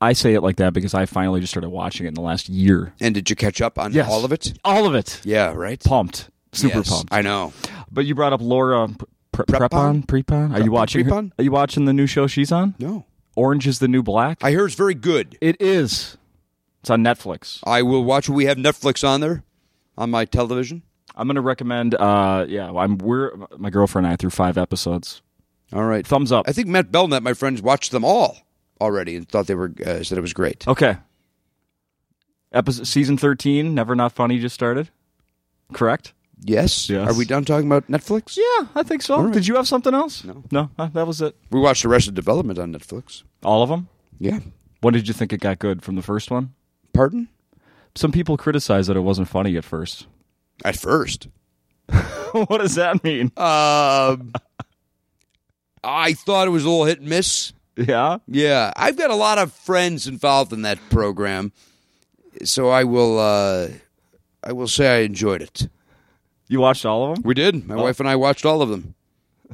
[SPEAKER 2] I say it like that because I finally just started watching it in the last year.
[SPEAKER 3] And did you catch up on
[SPEAKER 2] Yes.
[SPEAKER 3] all of it?
[SPEAKER 2] All of it.
[SPEAKER 3] Yeah, right.
[SPEAKER 2] Pumped. Super
[SPEAKER 3] Yes,
[SPEAKER 2] pumped.
[SPEAKER 3] I know.
[SPEAKER 2] But you brought up Laura um, P- Pre-
[SPEAKER 3] Prepon?
[SPEAKER 2] Prepon.
[SPEAKER 3] Uh,
[SPEAKER 2] Prepon. Are you watching? her-
[SPEAKER 3] Prepon?
[SPEAKER 2] Are you watching the new show she's on?
[SPEAKER 3] No,
[SPEAKER 2] Orange is the New Black.
[SPEAKER 3] I hear it's very good.
[SPEAKER 2] it is. It's on Netflix.
[SPEAKER 3] I will watch. We have Netflix on there, on my television.
[SPEAKER 2] I'm going to recommend. Uh, yeah, I'm. We're my girlfriend and I through five episodes.
[SPEAKER 3] All right.
[SPEAKER 2] Thumbs up.
[SPEAKER 3] I think Matt Belknap, my friends, watched them all already and thought they were uh, said it was great.
[SPEAKER 2] Okay. Episode season thirteen. Never not funny just started. Correct.
[SPEAKER 3] Yes.
[SPEAKER 2] Yes.
[SPEAKER 3] Are we done talking about Netflix?
[SPEAKER 2] Yeah, I think so. Did you have something else?
[SPEAKER 3] No.
[SPEAKER 2] No, uh, that was it.
[SPEAKER 3] We watched Arrested Development on Netflix.
[SPEAKER 2] All of them.
[SPEAKER 3] Yeah.
[SPEAKER 2] What did you think it got good from the first one?
[SPEAKER 3] Pardon?
[SPEAKER 2] Some people criticized that it wasn't funny at first. *laughs*
[SPEAKER 3] At first.
[SPEAKER 2] what does that mean?
[SPEAKER 3] Um, *laughs* I thought it was a little hit and miss.
[SPEAKER 2] Yeah.
[SPEAKER 3] Yeah, I've got a lot of friends involved in that program, so I will. Uh, I will say I enjoyed it.
[SPEAKER 2] You watched all of them?
[SPEAKER 3] We did. My wife and I watched all of them.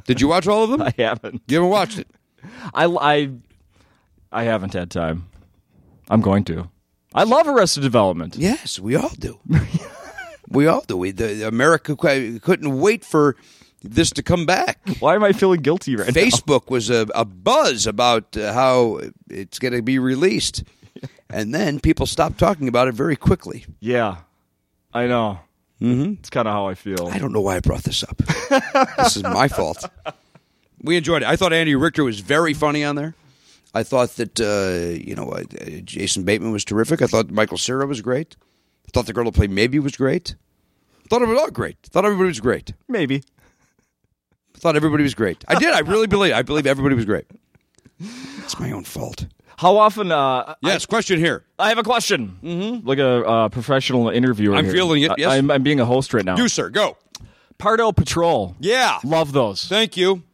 [SPEAKER 3] Did you watch all of
[SPEAKER 2] *laughs*
[SPEAKER 3] them?
[SPEAKER 2] I haven't.
[SPEAKER 3] you haven't watched it.
[SPEAKER 2] I, I, I haven't had time. I'm going to. I love Arrested Development.
[SPEAKER 3] Yes, we all do. we all do. We the America qu- couldn't wait for this to come back.
[SPEAKER 2] Why am I feeling guilty right now?
[SPEAKER 3] Facebook was a, a buzz about uh, how it's going to be released. and then people stopped talking about it very quickly.
[SPEAKER 2] Yeah, I know. Mm-hmm. It's kind of how I feel.
[SPEAKER 3] I don't know why I brought this up. this is my fault. We enjoyed it. I thought Andy Richter was very funny on there. I thought that uh, you know uh, uh, Jason Bateman was terrific. I thought Michael Cera was great. I thought the girl who played Maybe was great. I thought it was all great. I thought everybody was great.
[SPEAKER 2] Maybe.
[SPEAKER 3] I thought everybody was great. I did. I really believe. I believe everybody was great. It's my own fault.
[SPEAKER 2] How often? Uh,
[SPEAKER 3] Yes. question here.
[SPEAKER 2] I have a question. Mm-hmm. Like a uh, professional interviewer.
[SPEAKER 3] I'm
[SPEAKER 2] here.
[SPEAKER 3] feeling it,
[SPEAKER 2] I-
[SPEAKER 3] yes.
[SPEAKER 2] I'm, I'm being a host right now.
[SPEAKER 3] You sir, go.
[SPEAKER 2] Pardo Patrol.
[SPEAKER 3] Yeah.
[SPEAKER 2] Love those.
[SPEAKER 3] Thank you.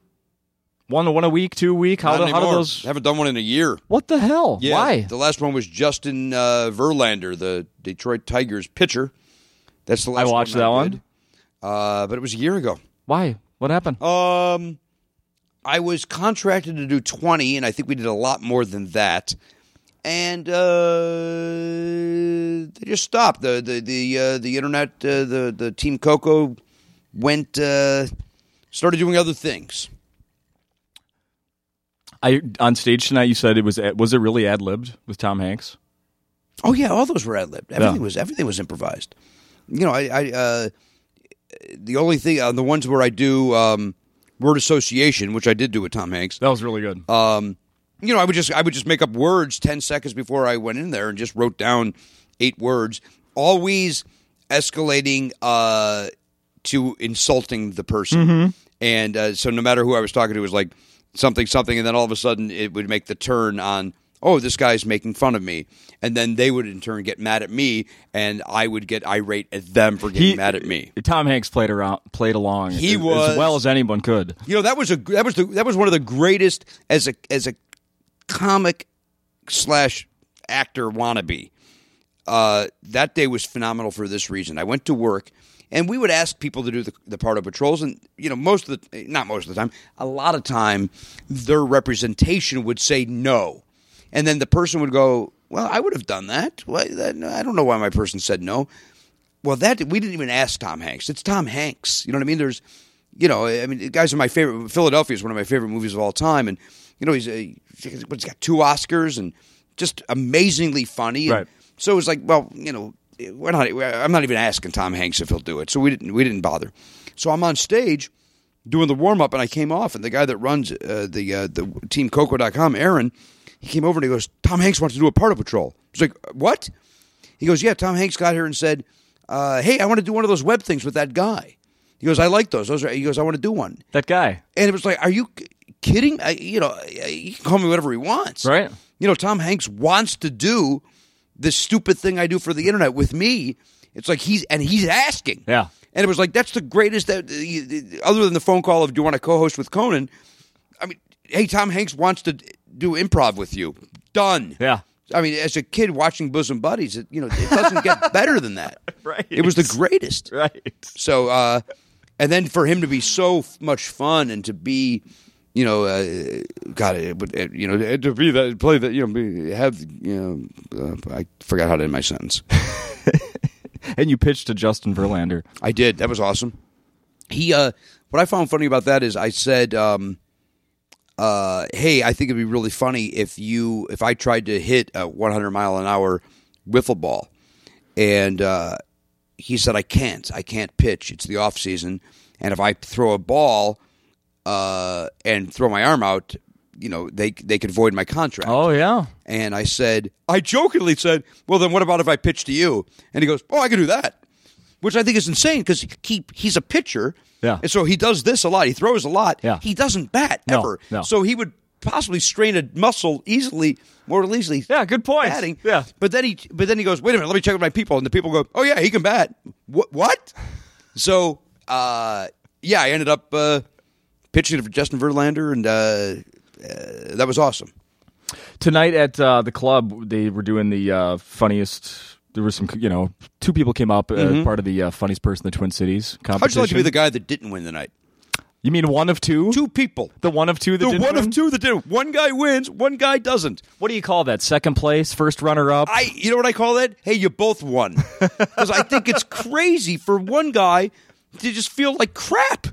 [SPEAKER 2] one one a week, two a week. How,
[SPEAKER 3] Not
[SPEAKER 2] do, how do
[SPEAKER 3] anymore.
[SPEAKER 2] those?
[SPEAKER 3] Haven't done one in a year.
[SPEAKER 2] What the hell?
[SPEAKER 3] Yeah,
[SPEAKER 2] Why?
[SPEAKER 3] The last one was Justin uh, Verlander, the Detroit Tigers pitcher. That's the last.
[SPEAKER 2] I watched
[SPEAKER 3] one
[SPEAKER 2] that
[SPEAKER 3] I
[SPEAKER 2] one.
[SPEAKER 3] did. Uh, but it was a year ago.
[SPEAKER 2] Why? What happened?
[SPEAKER 3] Um, I was contracted to do 20, and I think we did a lot more than that. And uh, they just stopped. The the the uh, the internet uh, the the team Coco went uh, started doing other things.
[SPEAKER 2] I on stage tonight. You said it was ad- was it really ad libbed with Tom Hanks?
[SPEAKER 3] Oh yeah, all those were ad libbed. Everything was everything was improvised. You know, I, I uh, the only thing on the ones where I do um, word association, which I did do with Tom Hanks.
[SPEAKER 2] That was really good.
[SPEAKER 3] Um, you know, I would just I would just make up words ten seconds before I went in there and just wrote down eight words, always escalating uh, to insulting the person. And uh, so, no matter who I was talking to, it was like something something, and then all of a sudden it would make the turn on. Oh, this guy's making fun of me, and then they would in turn get mad at me, and I would get irate at them for getting mad at me.
[SPEAKER 2] Tom Hanks played around, played along.
[SPEAKER 3] He
[SPEAKER 2] as, as
[SPEAKER 3] was-
[SPEAKER 2] well as anyone could.
[SPEAKER 3] You know that was a that was the, that was one of the greatest as a as a comic slash actor wannabe. Uh, that day was phenomenal for this reason. I went to work, and we would ask people to do the, the part of patrols, and you know most of the not most of the time, a lot of time, their representation would say no, and then the person would go, "Well, I would have done that. Why, that I don't know why my person said no." Well, that we didn't even ask Tom Hanks. It's Tom Hanks. You know what I mean? There's, you know, I mean, the guys are my favorite. Philadelphia is one of my favorite movies of all time, and you know, he's a, he's got two Oscars and just amazingly funny. And
[SPEAKER 2] Right.
[SPEAKER 3] So it was like, well, you know, we're not. I'm not even asking Tom Hanks if he'll do it. So we didn't. We didn't bother. So I'm on stage doing the warm up, and I came off, and the guy that runs uh, the uh, the teamcoco.com, Aaron, he came over and he goes, Tom Hanks wants to do a part of patrol. He's like, what? He goes, yeah. Tom Hanks got here and said, uh, hey, I want to do one of those web things with that guy. He goes, I like those. Those are. He goes, I want to do one.
[SPEAKER 2] That guy.
[SPEAKER 3] And it was like, are you k- kidding? I, you know, I- he can call me whatever he wants.
[SPEAKER 2] Right.
[SPEAKER 3] You know, Tom Hanks wants to do this stupid thing I do for the internet with me. It's like he's, and he's asking.
[SPEAKER 2] Yeah.
[SPEAKER 3] And it was like, that's the greatest, that other than the phone call of, do you want to co host with Conan? I mean, hey, Tom Hanks wants to d- do improv with you. Done.
[SPEAKER 2] Yeah.
[SPEAKER 3] I mean, as a kid watching Bosom Buddies, it, you know, it
[SPEAKER 2] *laughs*
[SPEAKER 3] doesn't get better than that.
[SPEAKER 2] Right.
[SPEAKER 3] It was the greatest.
[SPEAKER 2] *laughs* Right.
[SPEAKER 3] So, uh, and then for him to be so f- much fun and to be, you know, uh, God, it, would- it, you know, to be that play that you know, be, have you know, uh, I forgot how to end my sentence.
[SPEAKER 2] And you pitched to Justin Verlander.
[SPEAKER 3] I did. That was awesome. He, uh, what I found funny about that is I said, um, uh, "Hey, I think it'd be really funny if you if I tried to hit a 100 mile an hour wiffle ball," and uh, he said, "I can't. I can't pitch. It's the off season, and if I throw a ball uh, and throw my arm out, you know, they they could void my contract."
[SPEAKER 2] Oh yeah.
[SPEAKER 3] And I said, I jokingly said, "Well, then what about if I pitch to you?" And he goes, "Oh, I can do that," which I think is insane because he he's a pitcher,
[SPEAKER 2] Yeah.
[SPEAKER 3] and so he does this a lot. He throws a lot.
[SPEAKER 2] Yeah.
[SPEAKER 3] he doesn't bat
[SPEAKER 2] No,
[SPEAKER 3] ever.
[SPEAKER 2] no.
[SPEAKER 3] So he would possibly strain a muscle easily, more easily.
[SPEAKER 2] Yeah. Good point.
[SPEAKER 3] batting.
[SPEAKER 2] Yeah.
[SPEAKER 3] but then he but then he goes, "Wait a minute, let me check with my people," and the people go, "Oh yeah, he can bat." What? What? So, uh, yeah, I ended up uh, pitching for Justin Verlander, and uh, uh, that was awesome.
[SPEAKER 2] tonight at uh, the club they were doing the uh, funniest there was some you know two people came up uh, part of the uh, funniest person in the twin cities competition
[SPEAKER 3] Mm-hmm. How'd you like to be the guy that didn't win the night?
[SPEAKER 2] You mean one of two
[SPEAKER 3] Two people.
[SPEAKER 2] the one of two that
[SPEAKER 3] The
[SPEAKER 2] didn't
[SPEAKER 3] one
[SPEAKER 2] win?
[SPEAKER 3] of two that did. One guy wins, one guy doesn't.
[SPEAKER 2] what do you call that second place first runner up
[SPEAKER 3] I, you know what I call that? Hey, you both won.
[SPEAKER 2] *laughs*
[SPEAKER 3] Because I think it's crazy for one guy to just feel like crap.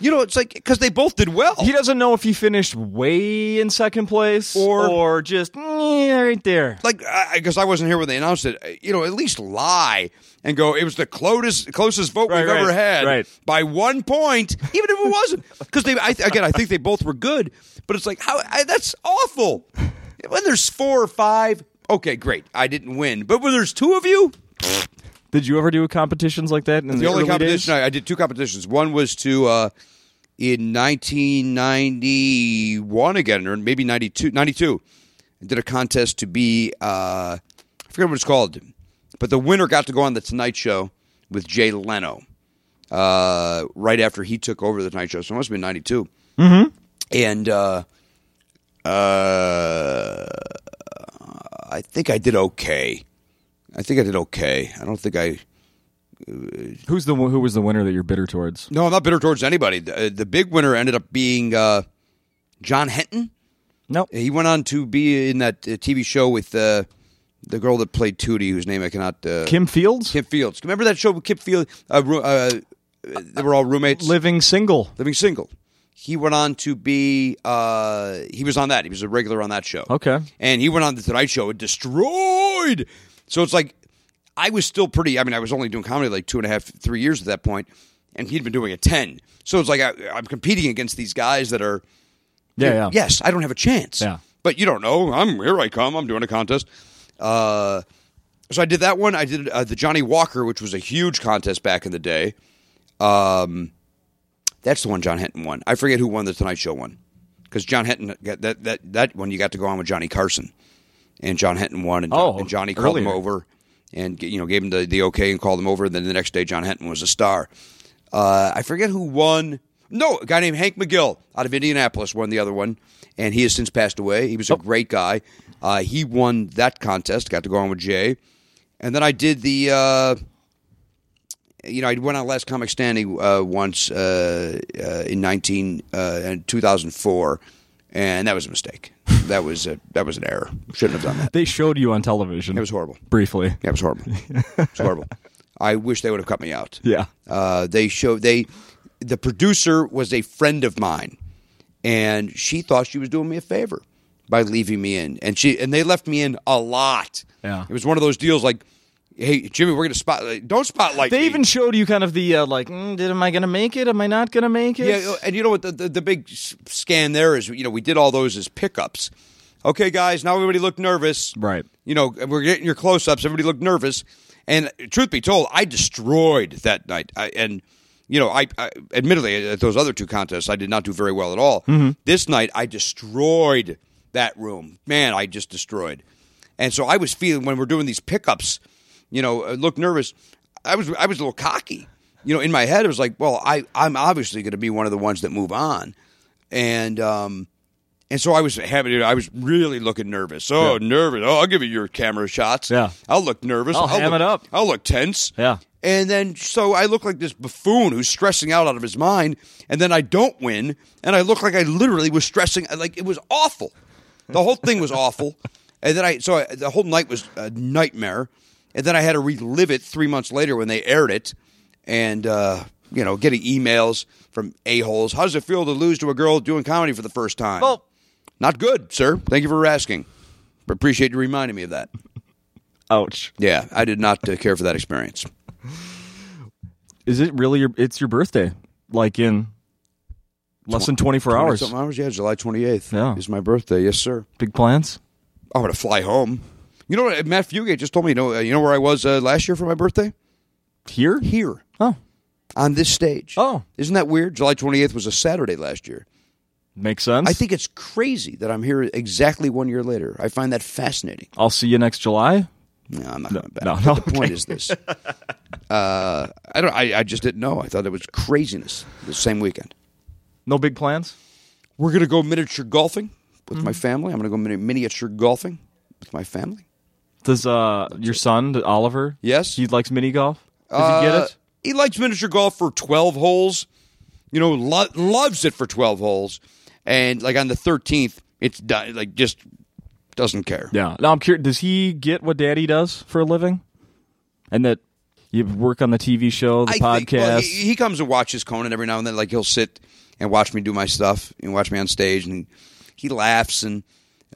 [SPEAKER 3] You know, it's like because they both did well.
[SPEAKER 2] He doesn't know if he finished way in second place
[SPEAKER 3] Or-
[SPEAKER 2] or, just "Eh, right there.
[SPEAKER 3] like I guess I wasn't here when they announced it. uh, You know, at least lie and go. It was the closest closest vote
[SPEAKER 2] Right,
[SPEAKER 3] we've ever
[SPEAKER 2] right,
[SPEAKER 3] had
[SPEAKER 2] right.
[SPEAKER 3] by one point, even if it
[SPEAKER 2] *laughs*
[SPEAKER 3] wasn't. Because they, I, again, I think they both were good, but it's like how I, that's awful. When there's four or five, okay, great, I didn't win. But when there's two of you,
[SPEAKER 2] Did you ever do competitions like that? In the,
[SPEAKER 3] the only
[SPEAKER 2] early
[SPEAKER 3] competition
[SPEAKER 2] days?
[SPEAKER 3] I, I did two competitions. One was to uh, in 1991 again, or maybe 92. 92 I did a contest to be uh, I forget what it's called, but the winner got to go on the Tonight Show with Jay Leno uh, right after he took over the Tonight Show. So it must have been 92. Mm-hmm. And uh, uh, I think I did okay. I think I did okay. I don't think I.
[SPEAKER 2] Who's the one- who was the winner that you're bitter towards?
[SPEAKER 3] No, I'm not bitter towards anybody. The, uh, the big winner ended up being uh, John Henton.
[SPEAKER 2] Nope.
[SPEAKER 3] He went on to be in that uh, TV show with uh, the girl that played Tootie, whose name I cannot. Uh,
[SPEAKER 2] Kim Fields,
[SPEAKER 3] Kim Fields. Remember that show with Kim Fields? Uh, roo- uh, uh, they were all roommates,
[SPEAKER 2] living single.
[SPEAKER 3] living single. He went on to be. Uh, he was on that. He was a regular on that show.
[SPEAKER 2] Okay.
[SPEAKER 3] And he went on the Tonight Show and destroyed. So it's like I was still pretty. I mean, I was only doing comedy like two and a half, three years at that point, and he'd been doing it ten. So it's like I, I'm competing against these guys that are.
[SPEAKER 2] Yeah, yeah.
[SPEAKER 3] Yes, I don't have a chance.
[SPEAKER 2] Yeah.
[SPEAKER 3] But you don't know. I'm here. I come. I'm doing a contest. Uh, so I did that one. I did uh, the Johnny Walker, which was a huge contest back in the day. Um, that's the one John Henton won. I forget who won the Tonight Show one because John Henton got that that that one you got to go on with Johnny Carson, and John Henton won, and,
[SPEAKER 2] Oh,
[SPEAKER 3] and Johnny called him
[SPEAKER 2] earlier.
[SPEAKER 3] over, and you know gave him the, the okay and called him over. And then the next day, John Henton was a star. Uh, I forget who won. No, a guy named Hank McGill out of Indianapolis won the other one, and he has since passed away. He
[SPEAKER 2] Oh.
[SPEAKER 3] was a great guy. Uh, he won that contest, got to go on with Jay, and then I did the. Uh, you know, I went on Last Comic Standing uh, once uh, uh, in nineteen uh, in two thousand four, and that was
[SPEAKER 2] *laughs*
[SPEAKER 3] a mistake. That was a, that was an error. Shouldn't have done that.
[SPEAKER 2] They showed you on television.
[SPEAKER 3] It was horrible.
[SPEAKER 2] briefly.
[SPEAKER 3] Yeah, it was horrible. It was horrible. I wish they would have cut me out.
[SPEAKER 2] Yeah.
[SPEAKER 3] Uh, they showed they the producer was a friend of mine, and she thought she was doing me a favor by leaving me in, and she and they left me in a lot.
[SPEAKER 2] Yeah.
[SPEAKER 3] it was one of those deals like, hey Jimmy, we're gonna spot don't spotlight.
[SPEAKER 2] They
[SPEAKER 3] me.
[SPEAKER 2] even showed you kind of the uh, like, mm, did, am I going to make it? Am I not going to make it?
[SPEAKER 3] Yeah, and you know what? The, the, the big s- scan there is, you know, we did all those as pickups. Okay, guys, now everybody looked nervous.
[SPEAKER 2] Right.
[SPEAKER 3] You know, we're getting your close ups. Everybody looked nervous. And truth be told, I destroyed that night. I, and, you know, I, I admittedly, at those other two contests, I did not do very well at all. This night, I destroyed that room. Man, I just destroyed. And so I was feeling when we're doing these pickups, you know, uh, look nervous. I was I was a little cocky, you know, in my head. It was like, well, I I'm obviously going to be one of the ones that move on, and um, and so I was having I was really looking nervous. Oh, nervous. Oh, I'll give you your camera shots.
[SPEAKER 2] Yeah.
[SPEAKER 3] I'll look nervous.
[SPEAKER 2] I'll ham
[SPEAKER 3] look-
[SPEAKER 2] it up.
[SPEAKER 3] I'll look tense.
[SPEAKER 2] Yeah.
[SPEAKER 3] And then so I look like this buffoon who's stressing out out of his mind, and then I don't win, and I look like I literally was stressing. Like it was awful. The whole thing was awful, *laughs* and then I so I, the whole night was a nightmare, and then I had to relive it three months later when they aired it, and uh, you know getting emails from a holes. How does it feel to lose to a girl doing comedy for the first time?
[SPEAKER 2] Well-
[SPEAKER 3] not good, sir. Thank you for asking. Appreciate you reminding me of that.
[SPEAKER 2] Ouch.
[SPEAKER 3] Yeah, I did not uh, care for that experience.
[SPEAKER 2] Is it really your? It's your birthday. Like in less than twenty four hours.
[SPEAKER 3] Something hours, yeah. July 28th
[SPEAKER 2] Yeah.
[SPEAKER 3] is my birthday. Yes, sir.
[SPEAKER 2] Big plans.
[SPEAKER 3] I'm going to fly home. You know what? Matt Fugate just told me, you know, uh, you know where I was uh, last year for my birthday?
[SPEAKER 2] Here.
[SPEAKER 3] Here
[SPEAKER 2] Oh,
[SPEAKER 3] on this stage.
[SPEAKER 2] Oh.
[SPEAKER 3] Isn't that weird? July 28th was a Saturday last year.
[SPEAKER 2] makes sense.
[SPEAKER 3] I think it's crazy that I'm here exactly one year later. I find that fascinating.
[SPEAKER 2] I'll see you next July.
[SPEAKER 3] No, I'm not going back.
[SPEAKER 2] no,
[SPEAKER 3] But
[SPEAKER 2] no,
[SPEAKER 3] the point is
[SPEAKER 2] *laughs*
[SPEAKER 3] this. uh, I don't. I, I just didn't know. I thought it was craziness. The same weekend.
[SPEAKER 2] No big plans.
[SPEAKER 3] We're going to go miniature golfing with
[SPEAKER 2] Mm-hmm.
[SPEAKER 3] my family. I'm going to go mini- miniature golfing with my family.
[SPEAKER 2] Does uh your son Oliver?
[SPEAKER 3] Yes.
[SPEAKER 2] He likes mini golf. Does he get
[SPEAKER 3] Uh,
[SPEAKER 2] it?
[SPEAKER 3] He likes miniature golf for 12 holes. You know, lo- loves it for 12 holes. And like on the 13th, it's di- like just doesn't care.
[SPEAKER 2] Yeah. Now I'm curious. Does he get what Daddy does for a living? And that You work on the TV show, the
[SPEAKER 3] I
[SPEAKER 2] podcast.
[SPEAKER 3] think- well, he, he comes and watches Conan every now and then. Like he'll sit and watch me do my stuff and watch me on stage, and he laughs. And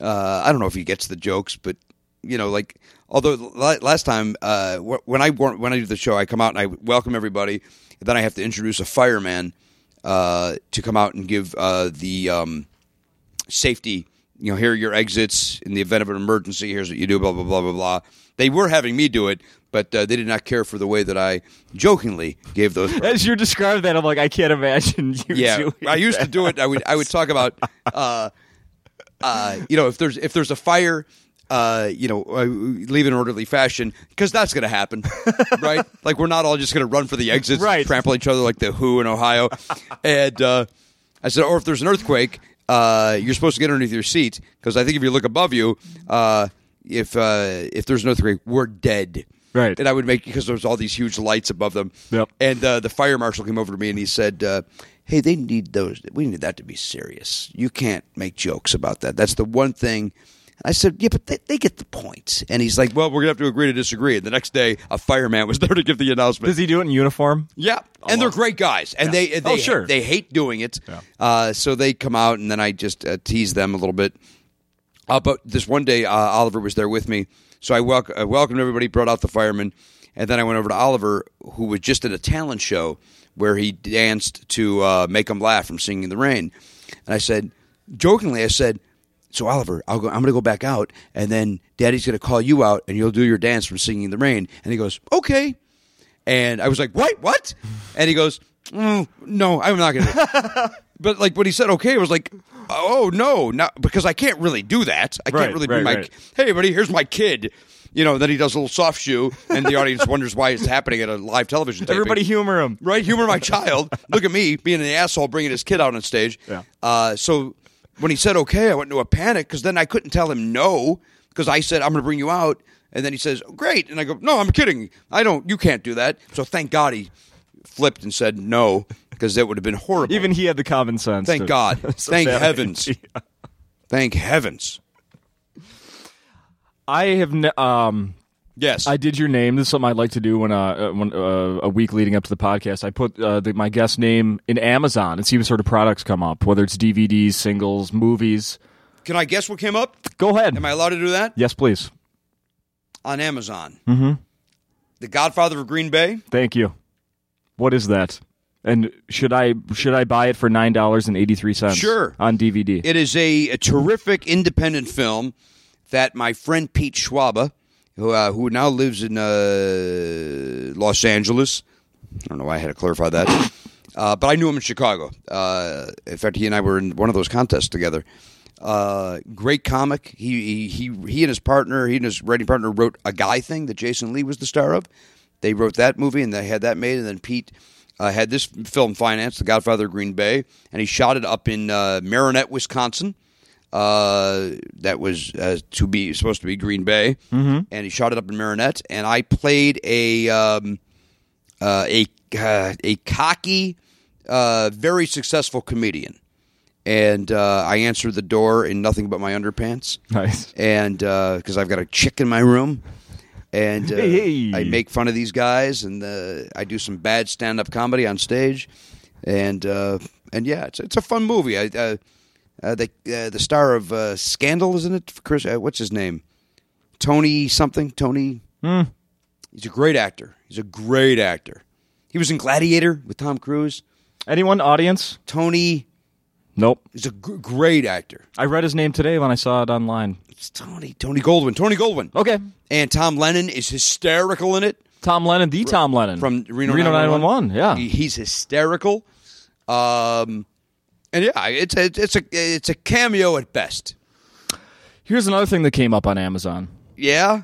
[SPEAKER 3] uh, I don't know if he gets the jokes, but you know, like although la- last time uh, wh- when I wa- when I do the show, I come out and I welcome everybody. Then I have to introduce a fireman uh, to come out and give uh, the um, safety. You know, here are your exits in the event of an emergency. Here's what you do. Blah blah blah blah blah. They were having me do it, but uh, they did not care for the way that I jokingly gave those.
[SPEAKER 2] As you describe that, I'm like, I can't imagine *laughs* you
[SPEAKER 3] yeah,
[SPEAKER 2] doing
[SPEAKER 3] I used to do it. I would I would talk about, uh, uh, you know, if there's if there's a fire. Uh, you know, uh, leave in orderly fashion because that's going to happen, *laughs* right? like we're not all just going to run for the exits,
[SPEAKER 2] Right.
[SPEAKER 3] Trample each other like the Who in Ohio, and uh, I said, or if there's an earthquake, uh, you're supposed to get underneath your seat because I think if you look above you, uh, if uh, if there's an earthquake, we're dead,
[SPEAKER 2] Right.
[SPEAKER 3] And I would make because there's all these huge lights above them,
[SPEAKER 2] Yep.
[SPEAKER 3] and uh, the fire marshal came over to me and he said, uh, "Hey, they need those. We need that to be serious. You can't make jokes about that. That's the one thing." And I said, "Yeah, but they, they get the point." And he's like, "Well, we're gonna have to agree to disagree." And the next day, a fireman was *laughs* there to give the announcement.
[SPEAKER 2] Does he do it in uniform?
[SPEAKER 3] yeah, and they're great guys, and they they
[SPEAKER 2] Oh, sure.
[SPEAKER 3] they hate doing it. Uh, so they come out, and then I just uh, tease them a little bit. Uh, but this one day, uh, Oliver was there with me, so I, wel- I welcomed everybody, brought out the firemen, and then I went over to Oliver, who was just at a talent show where he danced to uh, "Make 'Em Laugh" from "Singing in the Rain," and I said, jokingly, I said, "So Oliver, I'll go, I'm going to go back out, and then Daddy's going to call you out, and you'll do your dance from "Singing in the Rain," and he goes, "Okay." And I was like, "What? What?" And he goes, "Mm, "No, I'm not going to."
[SPEAKER 2] *laughs*
[SPEAKER 3] But like when he said okay, it was like, oh no, not because I can't really do that. I
[SPEAKER 2] Right,
[SPEAKER 3] can't really
[SPEAKER 2] right,
[SPEAKER 3] be my
[SPEAKER 2] right.
[SPEAKER 3] hey buddy, here's my kid. You know, then he does a little soft shoe, and the audience wonders why it's happening at a live television. taping.
[SPEAKER 2] Everybody humor him.
[SPEAKER 3] right? Humor my child. Look at me being an asshole, bringing his kid out on stage.
[SPEAKER 2] Yeah.
[SPEAKER 3] Uh, so when he said okay, I went into a panic because then I couldn't tell him no because I said I'm going to bring you out, and then he says great, and I go no, I'm kidding. I don't. You can't do that. So thank God he flipped and said no because that would have been horrible.
[SPEAKER 2] Even he had the common sense.
[SPEAKER 3] Thank
[SPEAKER 2] to-
[SPEAKER 3] God.
[SPEAKER 2] *laughs* so
[SPEAKER 3] Thank
[SPEAKER 2] that-
[SPEAKER 3] heavens. Thank heavens.
[SPEAKER 2] I have ne- um
[SPEAKER 3] Yes.
[SPEAKER 2] I did your name. This is something I'd like to do when, uh, uh, when uh, a week leading up to the podcast. I put uh, the, my guest name in Amazon and see what sort of products come up, whether it's DVDs, singles, movies.
[SPEAKER 3] Can I guess what came up?
[SPEAKER 2] Go ahead.
[SPEAKER 3] Am I allowed to do that?
[SPEAKER 2] yes, please.
[SPEAKER 3] On Amazon. Mm-hmm. The Godfather of Green Bay.
[SPEAKER 2] Thank you. What is that? And should I should I buy it for nine dollars and eighty three cents?
[SPEAKER 3] Sure.
[SPEAKER 2] On DVD.
[SPEAKER 3] It is a, a terrific independent film that my friend Pete Schwabe, who, uh, who now lives in uh, Los Angeles, I don't know why I had to clarify that, uh, but I knew him in Chicago. Uh, in fact, he and I were in one of those contests together. Uh, great comic. He, he he he and his partner, he and his writing partner, wrote a guy thing that Jason Lee was the star of. They wrote that movie and they had that made, and then Pete uh, had this film financed, The Godfather of Green Bay, and he shot it up in uh, Marinette, Wisconsin. Uh, that was uh, to be supposed to be Green Bay, mm-hmm. and he shot it up in Marinette. And I played a um, uh, a uh, a cocky, uh, very successful comedian, and uh, I answered the door in nothing but my underpants
[SPEAKER 2] Nice.
[SPEAKER 3] and because I've got a chick in my room, and uh,
[SPEAKER 2] Hey, hey.
[SPEAKER 3] I make fun of these guys, and uh, I do some bad stand-up comedy on stage, and uh, and yeah, it's it's a fun movie. I, uh, uh, the uh, the star of uh, Scandal, isn't it? Chris, uh, what's his name? Tony something. Tony.
[SPEAKER 2] Hmm.
[SPEAKER 3] He's a great actor. He's a great actor. He was in Gladiator with Tom Cruise.
[SPEAKER 2] Anyone? Audience?
[SPEAKER 3] Tony
[SPEAKER 2] Nope.
[SPEAKER 3] is a g- great actor.
[SPEAKER 2] I read his name today when I saw it online.
[SPEAKER 3] It's Tony. Tony Goldwyn. Tony Goldwyn.
[SPEAKER 2] Okay.
[SPEAKER 3] And Tom Lennon is hysterical in it.
[SPEAKER 2] Tom Lennon, the Tom Lennon
[SPEAKER 3] from Reno,
[SPEAKER 2] Reno 911. Yeah.
[SPEAKER 3] He- he's hysterical. Um, and yeah, it's a, it's a it's a cameo at best.
[SPEAKER 2] Here's another thing that came up on Amazon.
[SPEAKER 3] Yeah,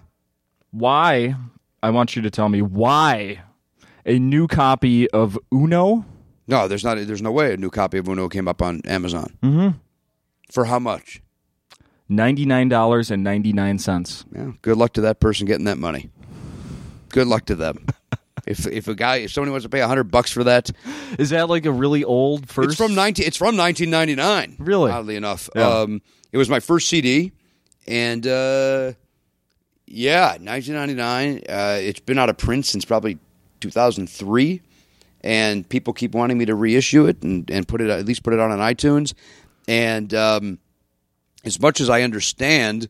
[SPEAKER 2] Why? I want you to tell me why a new copy of Uno.
[SPEAKER 3] no, there's not there's no way a new copy of Uno came up on Amazon. Mm-hmm. For how much?
[SPEAKER 2] $99.99.
[SPEAKER 3] Yeah, good luck to that person getting that money. Good luck to them. if if a guy if somebody wants to pay hundred bucks for that,
[SPEAKER 2] Is that like a really old first?
[SPEAKER 3] It's from nineteen. It's from nineteen ninety nine.
[SPEAKER 2] Really?
[SPEAKER 3] Oddly enough,
[SPEAKER 2] Yeah.
[SPEAKER 3] um, it was my first CD, and uh, yeah, nineteen ninety nine. Uh, it's been out of print since probably 2003, and people keep wanting me to reissue it and, and put it at least put it out on iTunes. And um, as much as I understand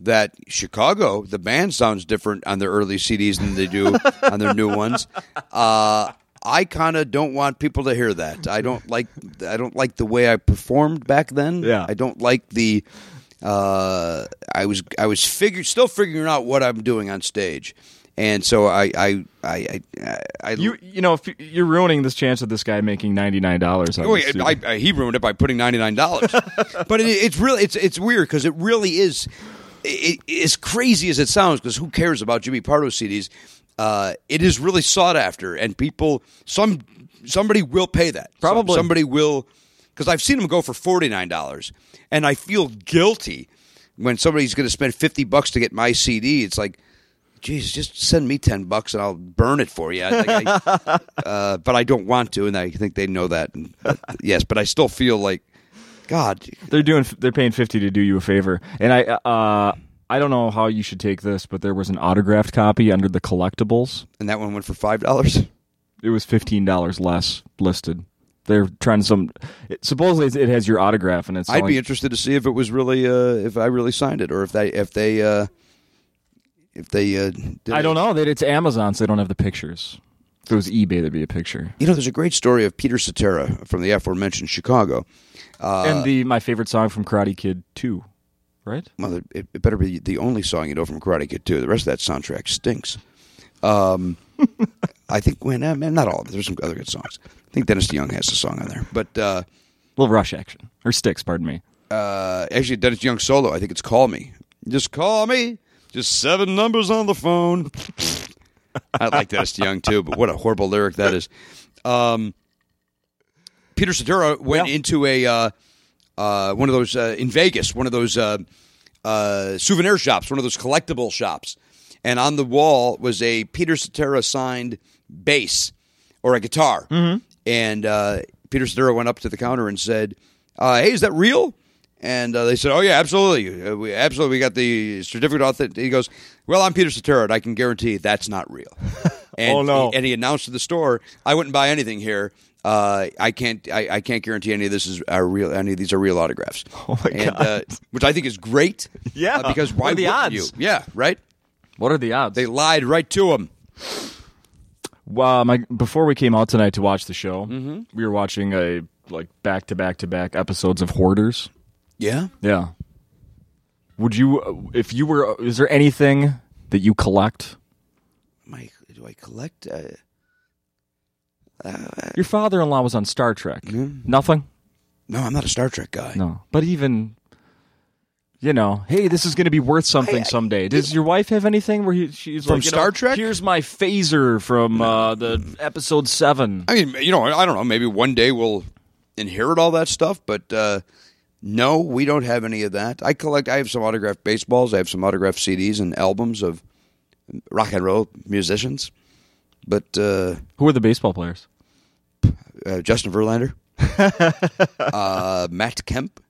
[SPEAKER 3] that Chicago, the band sounds different on their early CDs than
[SPEAKER 2] *laughs*
[SPEAKER 3] they do on their new ones. Uh, I kind of don't want people to hear that. I don't like. I don't like the way I performed back then.
[SPEAKER 2] Yeah.
[SPEAKER 3] I don't like the. Uh, I was I was figure still figuring out what I'm doing on stage, and so I I I I, I
[SPEAKER 2] You you know if you- you're ruining this chance of this guy making ninety nine dollars.
[SPEAKER 3] Oh, yeah, I, I, he ruined it by putting ninety nine dollars. but it, it's really it's it's weird because it really is. It, it, as crazy as it sounds, because who cares about Jimmy Pardo CDs? Uh, it is really sought after, and people some somebody will pay that. Some-
[SPEAKER 1] Probably.
[SPEAKER 3] somebody will because I've seen them go for forty nine dollars, and I feel guilty when somebody's going to spend fifty bucks to get my CD. It's like. Jesus, just send me ten bucks and I'll burn it for you. I, like, I, uh, but I don't want to, and I think they know that. And, but, yes, but I still feel like God.
[SPEAKER 2] they're doing they're paying 50 to do you a favor and i uh i don't know how you should take this but there was an autographed copy under the collectibles
[SPEAKER 3] And that one went for five dollars.
[SPEAKER 2] it was $15 less listed they're trying some it, supposedly it's- it has your autograph and it's
[SPEAKER 3] I'd
[SPEAKER 2] like,
[SPEAKER 3] be interested to see if it was really uh, if I really signed it or if they if they uh, if they. Uh, did
[SPEAKER 2] i
[SPEAKER 3] it.
[SPEAKER 2] don't know that it's amazon so they don't have the pictures if it was ebay there'd be a picture
[SPEAKER 3] You know, there's a great story of Peter Cetera from the aforementioned Chicago. Uh,
[SPEAKER 2] and the my favorite song from karate kid 2 right
[SPEAKER 3] Well, it, it better be the only song you know from Karate Kid too. The rest of that soundtrack stinks.
[SPEAKER 2] *laughs*
[SPEAKER 3] Um, I think when uh, man, not all of it. There's some other good songs. I think Dennis DeYoung has a song on there, but. Uh,
[SPEAKER 2] little rush action or sticks pardon me
[SPEAKER 3] uh, actually Dennis Young solo. I think it's "Call Me." Just call me. Just seven numbers on the phone. *laughs* I like Dennis Young too, but what a horrible lyric that is. Um, Peter Cetera went
[SPEAKER 2] Yeah.
[SPEAKER 3] into a uh, uh, one of those uh, in Vegas, one of those uh, uh, souvenir shops, one of those collectible shops, and on the wall was a Peter Cetera signed bass or a guitar.
[SPEAKER 2] Mm-hmm.
[SPEAKER 3] And uh, Peter Cetera went up to the counter and said, uh, "Hey, is that real?" And uh, they said, "Oh yeah, absolutely, uh, we, absolutely. We got the certificate authentic." He goes, "Well, I'm Peter Cetera, and I can guarantee that's not real."
[SPEAKER 2] *laughs*
[SPEAKER 3] And
[SPEAKER 2] Oh, no.
[SPEAKER 3] he- and he announced to the store, "I wouldn't buy anything here. Uh, I can't. I, I can't guarantee any of this is are real. Any of these are
[SPEAKER 2] *laughs*
[SPEAKER 3] real autographs." Oh
[SPEAKER 2] my
[SPEAKER 3] and, Uh, which I think is great.
[SPEAKER 2] *laughs* Yeah.
[SPEAKER 3] uh, because why
[SPEAKER 2] What are the
[SPEAKER 3] wouldn't
[SPEAKER 2] odds?
[SPEAKER 3] you? Yeah, right.
[SPEAKER 2] what are the odds
[SPEAKER 3] They lied right to him.
[SPEAKER 2] Well, my before we came out tonight to watch the show, we were watching a like back to back to back episodes of Hoarders.
[SPEAKER 3] Yeah.
[SPEAKER 2] Yeah. Would you, uh, if you were, is there anything that you collect?
[SPEAKER 3] Am I, do I collect? Uh,
[SPEAKER 2] Your father-in-law was on Star Trek. Nothing.
[SPEAKER 3] no, I'm not a Star Trek guy.
[SPEAKER 2] Hmm? No, but even, you know, hey, this is going to be worth something someday. Does your wife have anything where he, she's
[SPEAKER 3] From
[SPEAKER 2] like, you know,
[SPEAKER 3] Star Trek?
[SPEAKER 2] Here's my phaser from uh, the episode seven.
[SPEAKER 3] I mean, you know, I don't know. Maybe one day we'll inherit all that stuff, but uh, no, we don't have any of that. I collect. I have some autographed baseballs. I have some autographed CDs and albums of rock and roll musicians. But uh,
[SPEAKER 2] Who are the baseball players?
[SPEAKER 3] uh,
[SPEAKER 2] *laughs*
[SPEAKER 3] Justin Verlander, uh, Matt Kemp,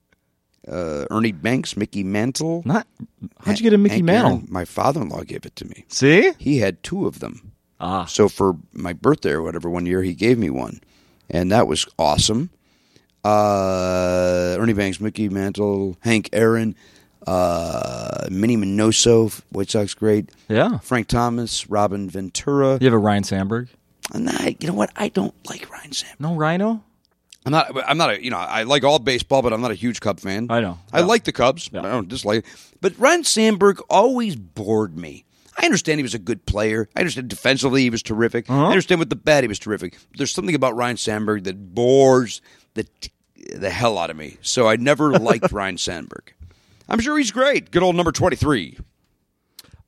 [SPEAKER 3] uh, Ernie Banks, Mickey Mantle.
[SPEAKER 2] Not. How'd you get a Mickey
[SPEAKER 3] Hank
[SPEAKER 2] Mantle?
[SPEAKER 3] Aaron. My father-in-law gave it to me.
[SPEAKER 2] See.
[SPEAKER 3] He had two of them.
[SPEAKER 2] Ah.
[SPEAKER 3] So for my birthday or whatever, one year he gave me one, and that was awesome. Uh, Ernie Banks, Mickey Mantle, Hank Aaron, uh, Minnie Minoso, White Sox great,
[SPEAKER 2] Yeah.
[SPEAKER 3] Frank Thomas, Robin Ventura.
[SPEAKER 2] You have a Ryan Sandberg?
[SPEAKER 3] And I, you know what? I don't like Ryan Sam.
[SPEAKER 2] No Rhino?
[SPEAKER 3] I'm not. I'm not a. You know, I like all baseball, but I'm not a huge Cub fan.
[SPEAKER 2] I know.
[SPEAKER 3] I like the Cubs. I don't dislike it. But Ryan Sandberg always bored me. I understand he was a good player. I understand defensively he was terrific.
[SPEAKER 2] Uh-huh.
[SPEAKER 3] I understand with the bat he was terrific. But there's something about Ryan Sandberg that bores the t- the hell out of me. So
[SPEAKER 2] *laughs*
[SPEAKER 3] I never liked Ryan Sandberg. I'm sure he's great. Good old number 23.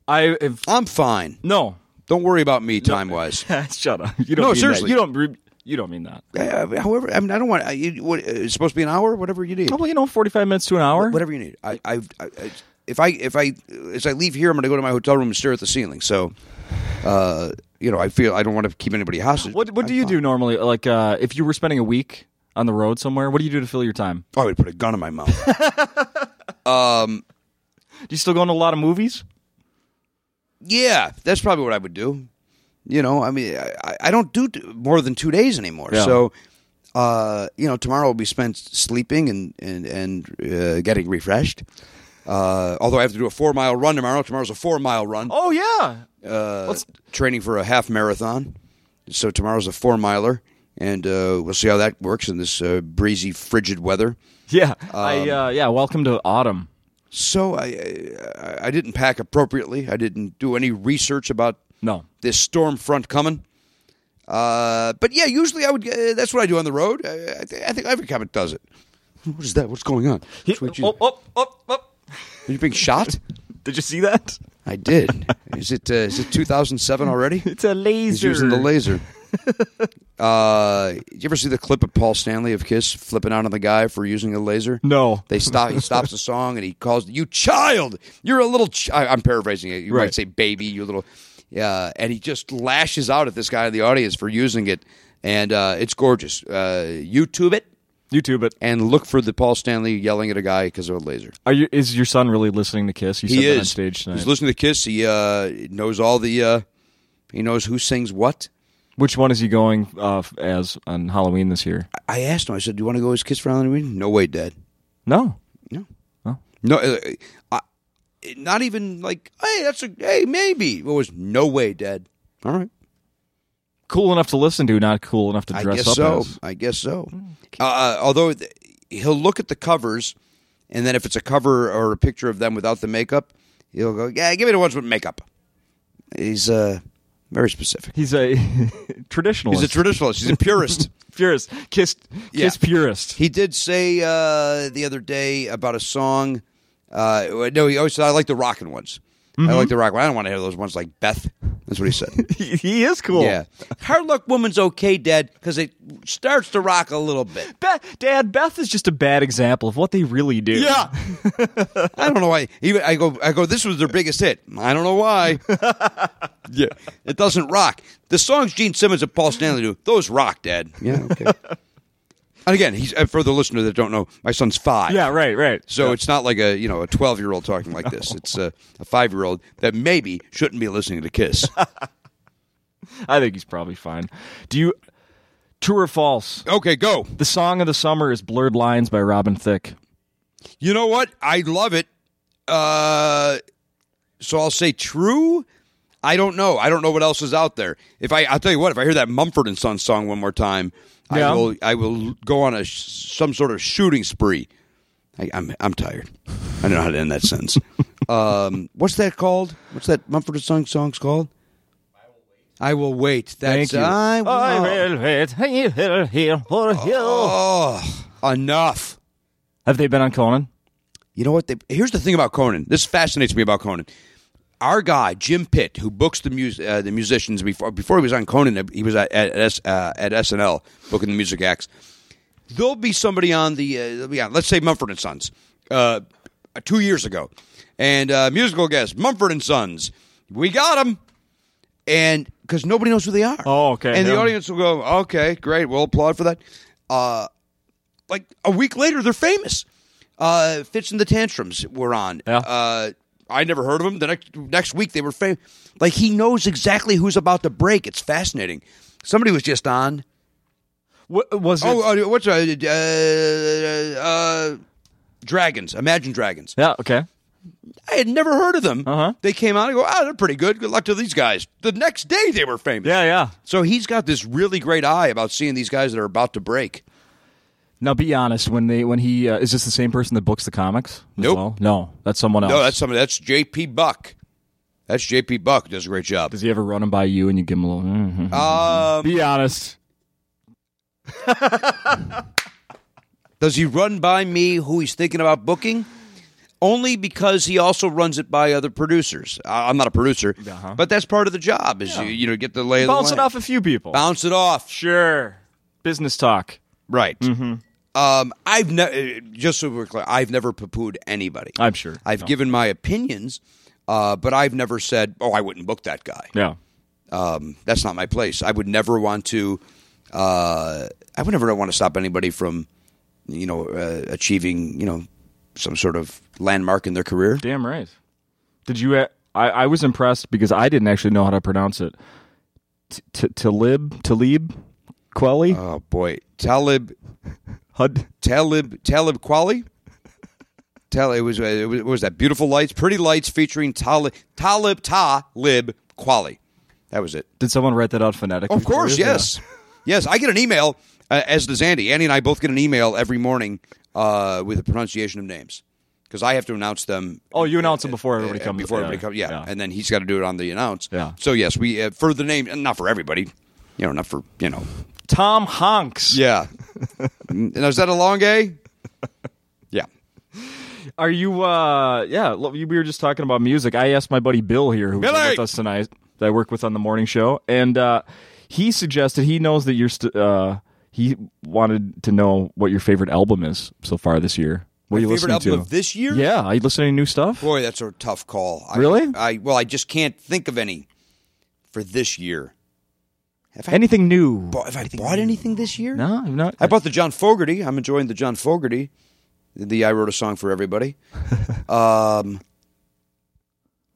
[SPEAKER 2] I have
[SPEAKER 3] I'm fine.
[SPEAKER 2] no.
[SPEAKER 3] Don't worry about me time wise.
[SPEAKER 2] *laughs* Shut up. You don't
[SPEAKER 3] No,
[SPEAKER 2] mean that.
[SPEAKER 3] seriously.
[SPEAKER 2] You don't re- you don't mean that.
[SPEAKER 3] Uh, however, I mean, I don't want. I, you, what, uh, it's supposed to be an hour. Whatever you need.
[SPEAKER 2] Oh, well, you know, 45 minutes to an hour.
[SPEAKER 3] whatever you need. I, I, I, I- if I, if I, as I leave here, I'm going to go to my hotel room and stare at the ceiling. So, uh, you know, I feel I don't want to keep anybody hostage.
[SPEAKER 2] What what do you do normally? Like uh, if you were spending a week on the road somewhere, what do you do to fill your time?
[SPEAKER 3] Oh, I would put a gun in
[SPEAKER 2] *laughs*
[SPEAKER 3] my mouth.
[SPEAKER 2] Do you still go to a lot of movies?
[SPEAKER 3] yeah, that's probably what I would do. You know, I mean, I, I don't do t- more than two days anymore.
[SPEAKER 2] Yeah.
[SPEAKER 3] So, uh, you know, tomorrow will be spent sleeping and and and uh, getting refreshed. Uh, although I have to do a four mile run tomorrow. Tomorrow's a four mile run.
[SPEAKER 2] Oh yeah.
[SPEAKER 3] uh,
[SPEAKER 2] let's-
[SPEAKER 3] training for a half marathon. So tomorrow's a four miler, and uh, we'll see how that works in this uh, breezy, frigid weather. Um,
[SPEAKER 2] Yeah. I uh, yeah. Welcome to autumn.
[SPEAKER 3] So I, I I didn't pack appropriately. I didn't do any research about
[SPEAKER 2] No.
[SPEAKER 3] this storm front coming. Uh, but yeah, usually I would. Uh, that's what I do on the road. I, I, think, I think every comic does it. What is that? What's going on?
[SPEAKER 2] He-
[SPEAKER 3] Sweet Jesus.
[SPEAKER 1] Oh, oh, oh, oh.
[SPEAKER 3] Are you being shot?
[SPEAKER 1] Did you see that?
[SPEAKER 3] I did. Is it uh, is it 2007 already?
[SPEAKER 2] It's a laser.
[SPEAKER 3] He's using the *laughs* laser. uh, you ever see the clip of Paul Stanley of Kiss flipping out on the guy for using a laser?
[SPEAKER 2] No.
[SPEAKER 3] They stop. He stops the song and he calls you child. You're a little. Ch-. I, I'm paraphrasing it. You
[SPEAKER 2] Right.
[SPEAKER 3] might say baby. You little. Yeah, and he just lashes out at this guy in the audience for using it, and uh, it's gorgeous. Uh, YouTube it
[SPEAKER 2] YouTube it.
[SPEAKER 3] and look for the Paul Stanley yelling at a guy because of a laser.
[SPEAKER 2] Are you? Is your son really listening to Kiss? You said
[SPEAKER 3] He
[SPEAKER 2] that
[SPEAKER 3] is
[SPEAKER 2] on stage tonight.
[SPEAKER 3] He's listening to Kiss. He uh, knows all the. Uh, he knows who sings what.
[SPEAKER 2] Which one is he going uh, f- as on Halloween this year?
[SPEAKER 3] I asked him. I said, "Do you want to go as Kiss for Halloween?" No way, Dad.
[SPEAKER 2] No.
[SPEAKER 3] No,
[SPEAKER 2] Oh.
[SPEAKER 3] no. uh, I, not even like, hey, that's a hey, maybe. It was no way, Dad. All right,
[SPEAKER 2] Cool enough to listen to, not cool enough to
[SPEAKER 3] I
[SPEAKER 2] dress
[SPEAKER 3] guess
[SPEAKER 2] up
[SPEAKER 3] so.
[SPEAKER 2] as.
[SPEAKER 3] I guess so. Uh, Uh, although th- he'll look at the covers, and then if it's a cover or a picture of them without the makeup, he'll go, "Yeah, give me the ones with makeup." He's uh, very specific.
[SPEAKER 2] He's a *laughs* traditionalist.
[SPEAKER 3] He's a traditionalist. He's a *laughs* purist.
[SPEAKER 2] purist. Kiss.
[SPEAKER 3] Yeah.
[SPEAKER 2] Kiss purist.
[SPEAKER 3] He did say uh, the other day about a song. Uh, no, he always said, "I like the rockin' ones.
[SPEAKER 2] Mm-hmm.
[SPEAKER 3] I like the rock. I don't want to hear those ones like Beth." That's what he said.
[SPEAKER 2] *laughs* He, he is *laughs* cool.
[SPEAKER 3] Yeah, hard luck woman's okay, Dad, because it starts to rock a little bit.
[SPEAKER 2] Beth, Dad, Beth is just a bad example of what they really do.
[SPEAKER 3] *laughs* I don't know why. Even I go, I go. This was their biggest hit. I don't
[SPEAKER 2] *laughs*
[SPEAKER 3] know why. yeah, it doesn't rock. The songs Gene Simmons and Paul Stanley do, those rock, Dad. Yeah.
[SPEAKER 2] *laughs*
[SPEAKER 3] Okay. and again, he's uh, for the listener that don't know, my son's five.
[SPEAKER 2] Yeah. Right. Right.
[SPEAKER 3] So it's not like a you know a twelve year old talking *laughs* like this. It's a, a five year old that maybe shouldn't be listening to Kiss.
[SPEAKER 2] I think he's probably fine. Do you? True or false?
[SPEAKER 3] *laughs* okay, go.
[SPEAKER 2] The song of the summer is "Blurred Lines" by Robin Thicke.
[SPEAKER 3] You know what? I love it. Uh, so I'll say true. I don't know. I don't know what else is out there. If I, I'll tell you what. If I hear that Mumford and Sons song one more time,
[SPEAKER 2] Yeah.
[SPEAKER 3] I will. I will go on a sh- some sort of shooting spree. I, I'm I'm tired. I don't know how to end
[SPEAKER 2] *laughs*
[SPEAKER 3] that sentence. um, what's that called? What's that Mumford and Sons song's called? I will wait. That's
[SPEAKER 2] Thank you. Oh,
[SPEAKER 3] I will.
[SPEAKER 2] wait here, here, or here.
[SPEAKER 3] Oh, enough.
[SPEAKER 2] Have they been on Conan?
[SPEAKER 3] You know what? They, here's the thing about Conan. This fascinates me about Conan. Our guy Jim Pitt, who books the mus- uh, the musicians before before he was on Conan, uh, he was at at, S- uh, at SNL booking the music acts. There'll be somebody on the uh, there'll be on- let's say Mumford and Sons, uh, two years ago, and uh, musical guest Mumford and Sons. We got them, and because nobody knows who they are.
[SPEAKER 2] Oh, okay.
[SPEAKER 3] And the
[SPEAKER 2] Yeah.
[SPEAKER 3] audience will go, okay, great, we'll applaud for that. Uh, like a week later, they're famous. Uh, Fits and the Tantrums were on.
[SPEAKER 2] Yeah.
[SPEAKER 3] Uh, I never heard of them. The next next week, they were famous. Like he knows exactly who's about to break. It's fascinating. Somebody was just on.
[SPEAKER 2] Wha- was it?
[SPEAKER 3] Oh, uh, what's uh, uh, uh, Dragons? Imagine Dragons.
[SPEAKER 2] yeah. Okay.
[SPEAKER 3] I had never heard of them.
[SPEAKER 2] Uh-huh.
[SPEAKER 3] They came out. I go, oh, they're pretty good. Good luck to these guys. The next day, they were famous.
[SPEAKER 2] Yeah. Yeah.
[SPEAKER 3] So he's got this really great eye about seeing these guys that are about to break.
[SPEAKER 2] Now, be honest. When they, when he, uh, is this the same person that books the comics? as
[SPEAKER 3] Nope.
[SPEAKER 2] well? No, that's someone else.
[SPEAKER 3] No, that's somebody. That's J.P. Buck. That's J.P. Buck. Does a great job.
[SPEAKER 2] Does he ever run him by you and you give him a little? mhm.
[SPEAKER 3] Um,
[SPEAKER 2] be honest.
[SPEAKER 3] does he run by me who he's thinking about booking? Only because he also runs it by other producers. I- I'm not a producer,
[SPEAKER 2] Uh-huh.
[SPEAKER 3] but that's part of the job. Is you, you know get the lay of the
[SPEAKER 2] Bounce it
[SPEAKER 3] land.
[SPEAKER 2] off a few people.
[SPEAKER 3] bounce it off.
[SPEAKER 2] sure. Mm-hmm. Business talk.
[SPEAKER 3] Right. Um, I've never. Just so we're clear, I've never poo-pooed anybody.
[SPEAKER 2] I'm sure.
[SPEAKER 3] I've given my opinions, uh, but I've never said, "Oh, I wouldn't book that guy."
[SPEAKER 2] Yeah.
[SPEAKER 3] um, that's not my place. I would never want to. Uh, I would never want to stop anybody from, you know, uh, achieving you know some sort of landmark in their career.
[SPEAKER 2] Damn uh, right. Did you? I I was impressed because I didn't actually know how to pronounce it. T- T- Talib, Talib, Quelli,
[SPEAKER 3] Oh boy, Talib,
[SPEAKER 2] Hud.
[SPEAKER 3] Talib, Talib Kweli. Tal, it was, uh, it was what was that beautiful lights, pretty lights featuring Talib, Talib Talib Kweli. That was it.
[SPEAKER 2] Did someone write that out phonetically?
[SPEAKER 3] Of course,
[SPEAKER 2] for you?
[SPEAKER 3] yes, yes. I get an email uh, as does Andy. Andy and I both get an email every morning uh, with the pronunciation of names because I have to announce them.
[SPEAKER 2] Oh, you announce them before
[SPEAKER 3] uh,
[SPEAKER 2] everybody comes.
[SPEAKER 3] Before
[SPEAKER 2] yeah.
[SPEAKER 3] everybody comes, yeah. and then he's got to do it on the announce.
[SPEAKER 2] Yeah.
[SPEAKER 3] So yes, we uh, for the name, not for everybody, you know, not for you know.
[SPEAKER 2] Tom Hanks.
[SPEAKER 3] *laughs* Yeah. and is that a long A? Yeah.
[SPEAKER 2] Are you? uh Yeah, lo- we were just talking about music. I asked my buddy Bill here, who's
[SPEAKER 3] Billy!
[SPEAKER 2] with us tonight, that I work with on the morning show, and uh he suggested he knows that you're. St- uh, he wanted to know what your favorite album is so far this year. What are you
[SPEAKER 3] Favorite
[SPEAKER 2] listening
[SPEAKER 3] album
[SPEAKER 2] to?
[SPEAKER 3] of this year?
[SPEAKER 2] yeah, are you listening to new stuff?
[SPEAKER 3] Boy, that's a tough call. I,
[SPEAKER 2] Really?
[SPEAKER 3] I well, I just can't think of any for this year. Have I
[SPEAKER 2] Anything new?
[SPEAKER 3] bought, have I bought anything this year?
[SPEAKER 2] No, I'm not.
[SPEAKER 3] I bought the John Fogerty. I'm enjoying the John Fogerty. The I wrote a song for everybody. um,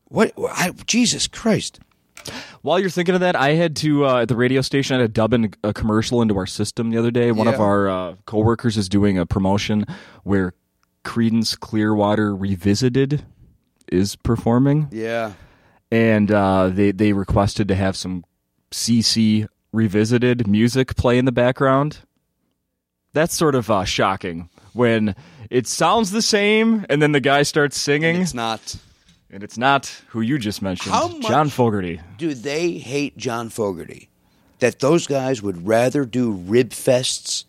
[SPEAKER 3] what? I, Jesus Christ!
[SPEAKER 2] While you're thinking of that, I had to uh, at the radio station. I had to dub in a commercial into our system the other day. One of
[SPEAKER 3] Yeah.
[SPEAKER 2] our uh, coworkers is doing a promotion where Credence Clearwater Revisited is performing,
[SPEAKER 3] Yeah,
[SPEAKER 2] and uh, they they requested to have some CC Revisited music play in the background. That's sort of uh, shocking when it sounds the same, and then the guy starts singing, and
[SPEAKER 3] it's
[SPEAKER 2] it's,
[SPEAKER 3] not.
[SPEAKER 2] not who you just mentioned,
[SPEAKER 3] How much-
[SPEAKER 2] John Fogerty.
[SPEAKER 3] Do they hate John Fogerty? That those guys would rather do rib fests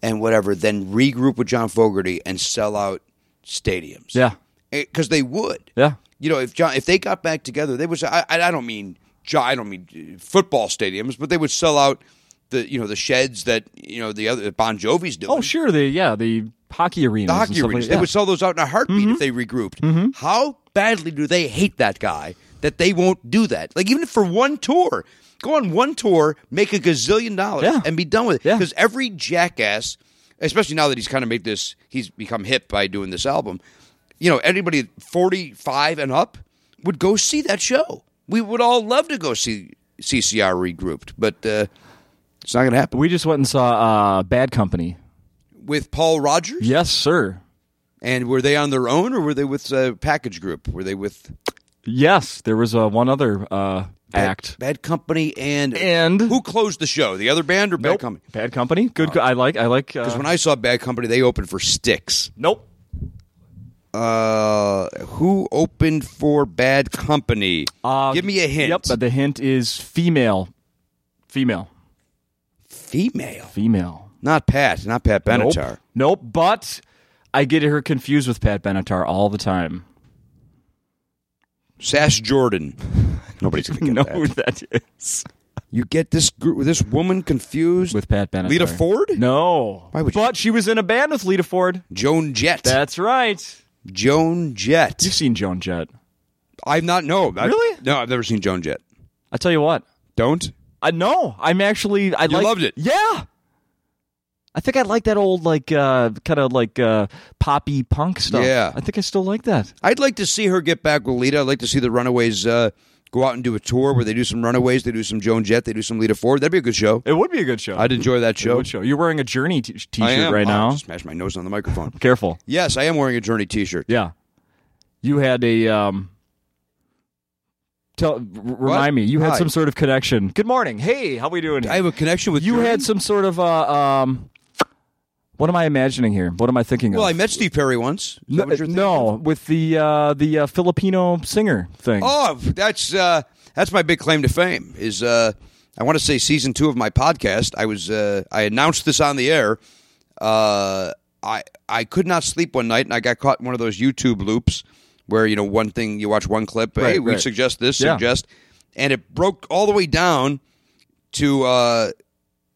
[SPEAKER 3] and whatever than regroup with John Fogerty and sell out stadiums.
[SPEAKER 2] Yeah,
[SPEAKER 3] because they would.
[SPEAKER 2] yeah.
[SPEAKER 3] You know, if John, if they got back together, they was. I, I I don't mean jo- I don't mean uh, football stadiums, but they would sell out the you know the sheds that you know the other that Bon Jovi's doing.
[SPEAKER 2] Oh, sure. The yeah, the hockey arenas.
[SPEAKER 3] the
[SPEAKER 2] and
[SPEAKER 3] hockey
[SPEAKER 2] stuff like
[SPEAKER 3] arenas.
[SPEAKER 2] that. Mm-hmm.
[SPEAKER 3] They would sell those out in a heartbeat if they regrouped. How badly do they hate that guy that they won't do that? Like even for one tour, go on one tour, make a gazillion dollars,
[SPEAKER 2] Yeah.
[SPEAKER 3] and be done with it.
[SPEAKER 2] Yeah.
[SPEAKER 3] Because every jackass, especially now that he's kind of made this, he's become hip by doing this album. You know, anybody forty five and up would go see that show. We would all love to go see CCR regrouped, but uh, it's not going to happen
[SPEAKER 2] We just went and saw uh, Bad Company.
[SPEAKER 3] with Paul Rogers.
[SPEAKER 2] Yes, sir.
[SPEAKER 3] And were they on their own, or were they with a package group? Were they with
[SPEAKER 2] Yes, there was uh, one other uh, act.
[SPEAKER 3] Bad Company and
[SPEAKER 2] And-
[SPEAKER 3] who closed the show? The other band or Bad Company?
[SPEAKER 2] Bad Company. Good. co- I like. I like. Uh,
[SPEAKER 3] Because when I saw Bad Company, they opened for Sticks.
[SPEAKER 2] nope.
[SPEAKER 3] Uh, who opened for Bad Company?
[SPEAKER 2] Uh,
[SPEAKER 3] Give me a hint.
[SPEAKER 2] Yep. But the hint is female. Female.
[SPEAKER 3] Female,
[SPEAKER 2] Female.
[SPEAKER 3] not Pat, not Pat
[SPEAKER 2] Nope.
[SPEAKER 3] Benatar.
[SPEAKER 2] Nope. But I get her confused with Pat Benatar all the
[SPEAKER 3] *laughs*
[SPEAKER 2] time.
[SPEAKER 3] Sash Jordan. Nobody's
[SPEAKER 2] *laughs*
[SPEAKER 3] gonna get
[SPEAKER 2] You know
[SPEAKER 3] that.
[SPEAKER 2] who that is?
[SPEAKER 3] You get this gr- this woman confused
[SPEAKER 2] With Pat Benatar.
[SPEAKER 3] Lita Ford,
[SPEAKER 2] No.
[SPEAKER 3] Why would you-
[SPEAKER 2] But she was in a band with Lita Ford.
[SPEAKER 3] Joan Jett.
[SPEAKER 2] That's right.
[SPEAKER 3] Joan Jett.
[SPEAKER 2] You've seen Joan Jett.
[SPEAKER 3] I've not no I-
[SPEAKER 2] Really?
[SPEAKER 3] no. I've never seen Joan Jett.
[SPEAKER 2] I tell you what.
[SPEAKER 3] Don't.
[SPEAKER 2] I no, I'm actually I
[SPEAKER 3] You
[SPEAKER 2] like-
[SPEAKER 3] loved it.
[SPEAKER 2] Yeah. I think I like that old like uh kind of like uh poppy punk stuff.
[SPEAKER 3] Yeah.
[SPEAKER 2] I think I still like that.
[SPEAKER 3] I'd like to see her get back with Lita. I'd like to see the Runaways uh, go out and do a tour where they do some Runaways, they do some Joan Jett, they do some Lita Ford. That'd be a good show.
[SPEAKER 2] It would be a good show.
[SPEAKER 3] I'd enjoy that show.
[SPEAKER 2] good show. You're wearing a Journey t- t-shirt
[SPEAKER 3] I am.
[SPEAKER 2] right
[SPEAKER 3] Oh, I
[SPEAKER 2] now.
[SPEAKER 3] just smashed my nose on the microphone.
[SPEAKER 2] Careful.
[SPEAKER 3] yes, I am wearing a Journey T-shirt.
[SPEAKER 2] Yeah. You had a um Tell, r- remind me, you had
[SPEAKER 3] Hi.
[SPEAKER 2] some sort of connection. Good morning. Hey, how we doing?
[SPEAKER 3] I have a connection with
[SPEAKER 2] you
[SPEAKER 3] Journey.
[SPEAKER 2] had some sort of uh, um, what am I imagining here? What am I thinking
[SPEAKER 3] Well,
[SPEAKER 2] of?
[SPEAKER 3] I met Steve Perry once. Is that
[SPEAKER 2] No,
[SPEAKER 3] what you're thinking?
[SPEAKER 2] no, with the uh, the uh, Filipino singer thing.
[SPEAKER 3] Oh, that's uh, that's my big claim to fame. Is uh, I want to say season two of my podcast. I was uh, I announced this on the air. Uh, I I could not sleep one night, and I got caught in one of those YouTube loops where you know one thing you watch one clip. hey, we
[SPEAKER 2] right.
[SPEAKER 3] suggest this,
[SPEAKER 2] Yeah.
[SPEAKER 3] suggest, and it broke all the way down to uh,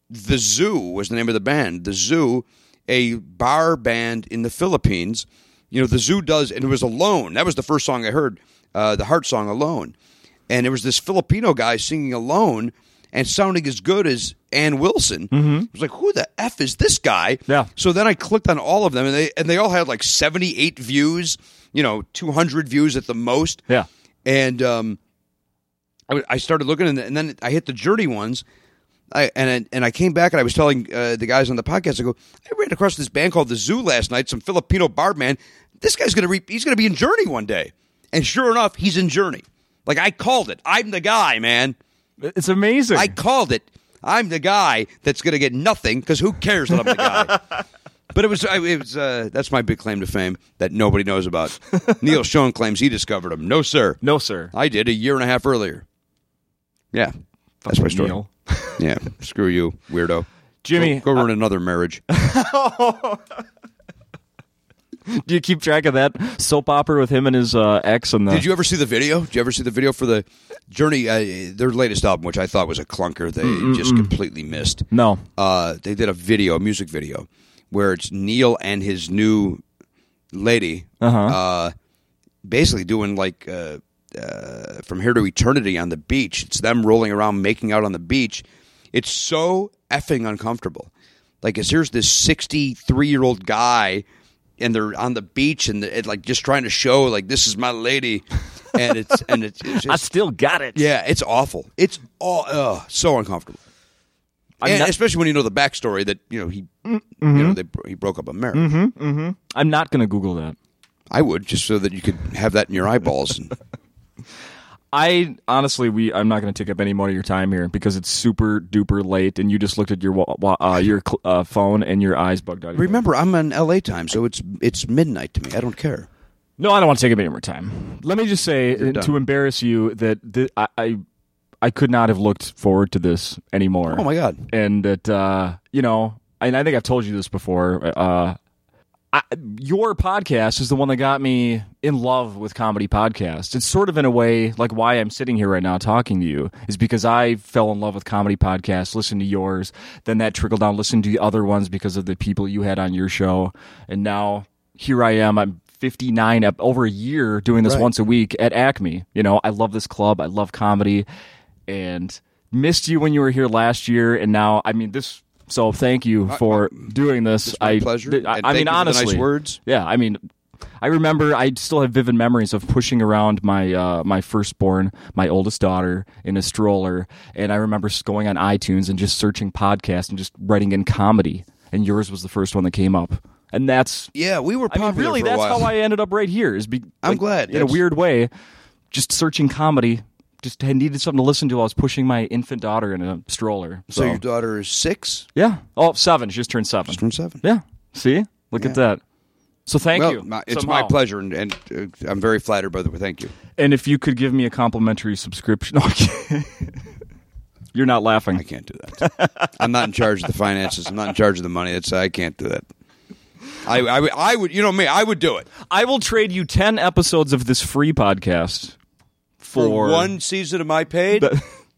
[SPEAKER 3] the Zoo was the name of the band. The Zoo, a bar band in the Philippines. You know, the Zoo does, and it was Alone. That was the first song I heard, uh, the Heart song Alone. And it was this Filipino guy singing Alone and sounding as good as Ann Wilson. Mm-hmm. I was like, who the F is this guy?
[SPEAKER 2] Yeah.
[SPEAKER 3] So then I clicked on all of them, and they, and they all had like 78 views, you know, 200 views at the most.
[SPEAKER 2] Yeah.
[SPEAKER 3] And um, I, w- I started looking, and, and then I hit the Journey ones. I and I, and I came back, and I was telling uh, the guys on the podcast. I go, I ran across this band called the Zoo last night. Some Filipino bard man. This guy's gonna re- he's gonna be in Journey one day, and sure enough, he's in Journey. Like I called it. I'm the guy, man.
[SPEAKER 2] It's amazing.
[SPEAKER 3] I called it. I'm the guy that's going to get nothing because who cares that I'm the guy. but it was I- it was uh, that's my big claim to fame that nobody knows about. Neil Schoen claims he discovered him. No sir,
[SPEAKER 1] No, sir.
[SPEAKER 3] I did a year and a half earlier. Yeah, that's my story.
[SPEAKER 1] Neil.
[SPEAKER 3] yeah, screw you, weirdo.
[SPEAKER 1] Jimmy, uh,
[SPEAKER 3] go, go ruin
[SPEAKER 1] *laughs*
[SPEAKER 3] another marriage.
[SPEAKER 2] *laughs* Do you keep track of that soap opera with him and his uh, ex and the?
[SPEAKER 3] Did you ever see the video? Did you ever see the video for the Journey? Uh, their latest album, which I thought was a clunker, they
[SPEAKER 1] Mm,
[SPEAKER 3] just completely missed.
[SPEAKER 2] No.
[SPEAKER 3] uh, they did a video, a music video, where it's Neil and his new lady, uh-huh. basically doing like uh, uh, from here to eternity on the beach. It's them rolling around, making out on the beach. It's so effing uncomfortable. Like, it's, here's this 63 year old guy, and they're on the beach, and it, like just trying to show, like, this is my lady, and it's and it's, it's
[SPEAKER 2] I
[SPEAKER 3] just,
[SPEAKER 2] still got it.
[SPEAKER 3] yeah, it's awful. It's all ugh, so uncomfortable
[SPEAKER 2] I'm
[SPEAKER 3] and
[SPEAKER 2] not- Mm-hmm.
[SPEAKER 3] especially when you know the backstory that you know he, you know, they, bro- he broke up a marriage.
[SPEAKER 2] I'm not going to Google that.
[SPEAKER 3] I would just so that you could have that in your eyeballs.
[SPEAKER 2] *laughs*
[SPEAKER 3] And
[SPEAKER 2] I honestly, we I'm not going to take up any more of your time here because it's super duper late, and you just looked at your wa- wa- uh, your cl- uh, phone and your eyes bugged out. of your head.
[SPEAKER 3] remember, I'm on L.A. time, so it's it's midnight to me. I don't care.
[SPEAKER 2] No, I don't want to take up any more time. Let me just say uh,
[SPEAKER 3] done.
[SPEAKER 2] to embarrass you that thi- I, I I could not have looked forward to this anymore.
[SPEAKER 3] Oh my god,
[SPEAKER 2] and that uh, you know, and I think I've told you this before. Uh, I, your podcast is the one that got me in love with comedy podcasts. It's sort of in a way like why I'm sitting here right now talking to you is because I fell in love with comedy podcasts. Listened to yours, then that trickled down. Listened to the other ones because of the people you had on your show, and now here I am. I'm 59, up over a year doing this
[SPEAKER 3] Right.
[SPEAKER 2] once a week at Acme. You know, I love this club. I love comedy, and missed you when you were here last year, and now I mean this. So thank you for doing this.
[SPEAKER 3] my
[SPEAKER 2] I
[SPEAKER 3] pleasure,
[SPEAKER 2] th- I,
[SPEAKER 3] and
[SPEAKER 2] I
[SPEAKER 3] thank
[SPEAKER 2] mean
[SPEAKER 3] you for the nice
[SPEAKER 2] honestly,
[SPEAKER 3] words.
[SPEAKER 2] Yeah, I mean, I remember. I still have vivid memories of pushing around my uh, my firstborn, my oldest daughter, in a stroller, and I remember s- going on iTunes and just searching podcasts and just writing in comedy, and yours was the first one that came up, and that's
[SPEAKER 3] yeah, we were
[SPEAKER 2] I
[SPEAKER 3] popular
[SPEAKER 2] mean, really,
[SPEAKER 3] for a
[SPEAKER 2] that's
[SPEAKER 3] while.
[SPEAKER 2] how I ended up right here. Is be,
[SPEAKER 3] I'm
[SPEAKER 2] like,
[SPEAKER 3] glad.
[SPEAKER 2] in a
[SPEAKER 3] That's-
[SPEAKER 2] weird way, just searching comedy. Just had needed something to listen to. I was pushing my infant daughter in a stroller.
[SPEAKER 3] so
[SPEAKER 2] So,
[SPEAKER 3] your daughter is six,
[SPEAKER 2] yeah, oh seven. She just turned seven.
[SPEAKER 3] from seven.
[SPEAKER 2] yeah, see, look at that. So thank
[SPEAKER 3] well,
[SPEAKER 2] you.
[SPEAKER 3] my- it's
[SPEAKER 2] somehow.
[SPEAKER 3] my pleasure, and, and uh, I'm very flattered by the way. Thank you.
[SPEAKER 2] And if you could give me a complimentary subscription, *laughs* Okay. you're not laughing.
[SPEAKER 3] I can't do that.
[SPEAKER 2] *laughs*
[SPEAKER 3] I'm not in charge of the finances. I'm not in charge of the money. That's I can't do that. I, I, would- I would, you know me. I would do it
[SPEAKER 2] I will trade you ten episodes of this free podcast for,
[SPEAKER 3] for one season of my paid.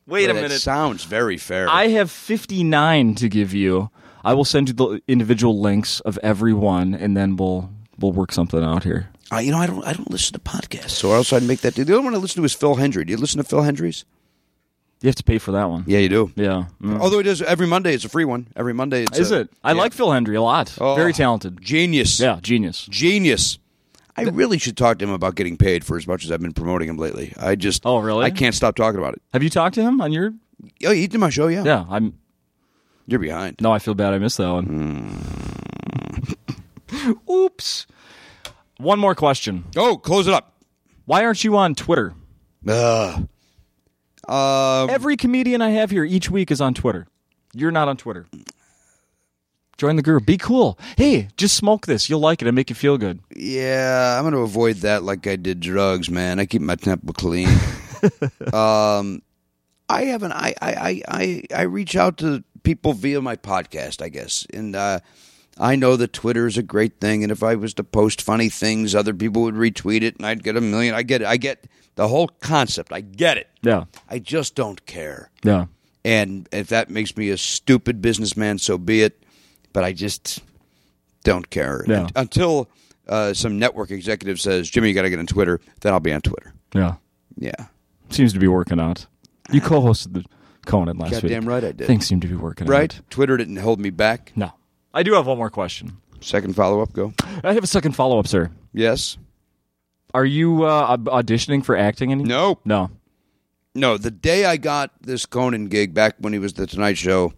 [SPEAKER 1] Wait a
[SPEAKER 3] That
[SPEAKER 1] minute.
[SPEAKER 3] Sounds very fair.
[SPEAKER 2] I have 59 to give you. I will send you the individual links of every one, and then we'll we'll work something out here.
[SPEAKER 3] Uh, you know, I don't. I don't listen to podcasts, so else I'd make that. The only one I listen to is Phil Hendry. Do you listen to Phil Hendry's?
[SPEAKER 2] You have to pay for that one.
[SPEAKER 3] Yeah, you do.
[SPEAKER 2] Yeah. Mm.
[SPEAKER 3] Although it is every Monday. It's a free one. Every Monday. It's
[SPEAKER 2] Is
[SPEAKER 3] a-
[SPEAKER 2] it? I
[SPEAKER 3] Oh, yeah.
[SPEAKER 2] like Phil Hendry a lot.
[SPEAKER 3] Oh,
[SPEAKER 2] Very talented.
[SPEAKER 3] Genius.
[SPEAKER 2] Yeah, genius.
[SPEAKER 3] Genius. I really should talk to him about getting paid for as much as I've been promoting him lately. I just.
[SPEAKER 2] Oh, really?
[SPEAKER 3] I can't stop talking about it.
[SPEAKER 2] Have you talked to him on your?
[SPEAKER 3] Oh, he did my show. Yeah.
[SPEAKER 2] Yeah, I'm.
[SPEAKER 3] You're behind.
[SPEAKER 2] No, I feel bad. I missed that one. Mm. *laughs* Oops. One more question.
[SPEAKER 3] Oh, close it up.
[SPEAKER 2] Why aren't you on Twitter?
[SPEAKER 3] Ugh. Uh,
[SPEAKER 2] Every comedian I have here each week is on Twitter. You're not on Twitter. Join the group. Be cool. Hey, just smoke this. You'll like it. It'll make you feel good.
[SPEAKER 3] yeah, I'm going to avoid that like I did drugs, man. I keep my temple clean. um, I haven't. I, I I I I reach out to people via my podcast, I guess, and uh, I know that Twitter is a great thing. And if I was to post funny things, other people would retweet it, and I'd get a million. I get it. I get the whole concept. I get it.
[SPEAKER 2] Yeah.
[SPEAKER 3] I just don't care.
[SPEAKER 2] Yeah.
[SPEAKER 3] And if that makes me a stupid businessman, so be it. But I just don't care
[SPEAKER 2] Yeah.
[SPEAKER 3] Un- until uh, some network executive says, "Jimmy, you got to get on Twitter." Then I'll be on Twitter.
[SPEAKER 2] Yeah.
[SPEAKER 3] Yeah.
[SPEAKER 2] Seems to be working out. You co hosted the Conan last week.
[SPEAKER 3] Goddamn right I did.
[SPEAKER 2] Things seem to be working
[SPEAKER 3] Right?
[SPEAKER 2] out.
[SPEAKER 3] Twitter didn't hold me back.
[SPEAKER 2] No. I do have one more question.
[SPEAKER 3] Second follow up, go.
[SPEAKER 2] I have a second follow up, sir.
[SPEAKER 3] Yes.
[SPEAKER 2] Are you uh, au- auditioning for acting? Any-
[SPEAKER 3] No.
[SPEAKER 2] No.
[SPEAKER 3] No, the day I got this Conan gig back when he was the Tonight Show,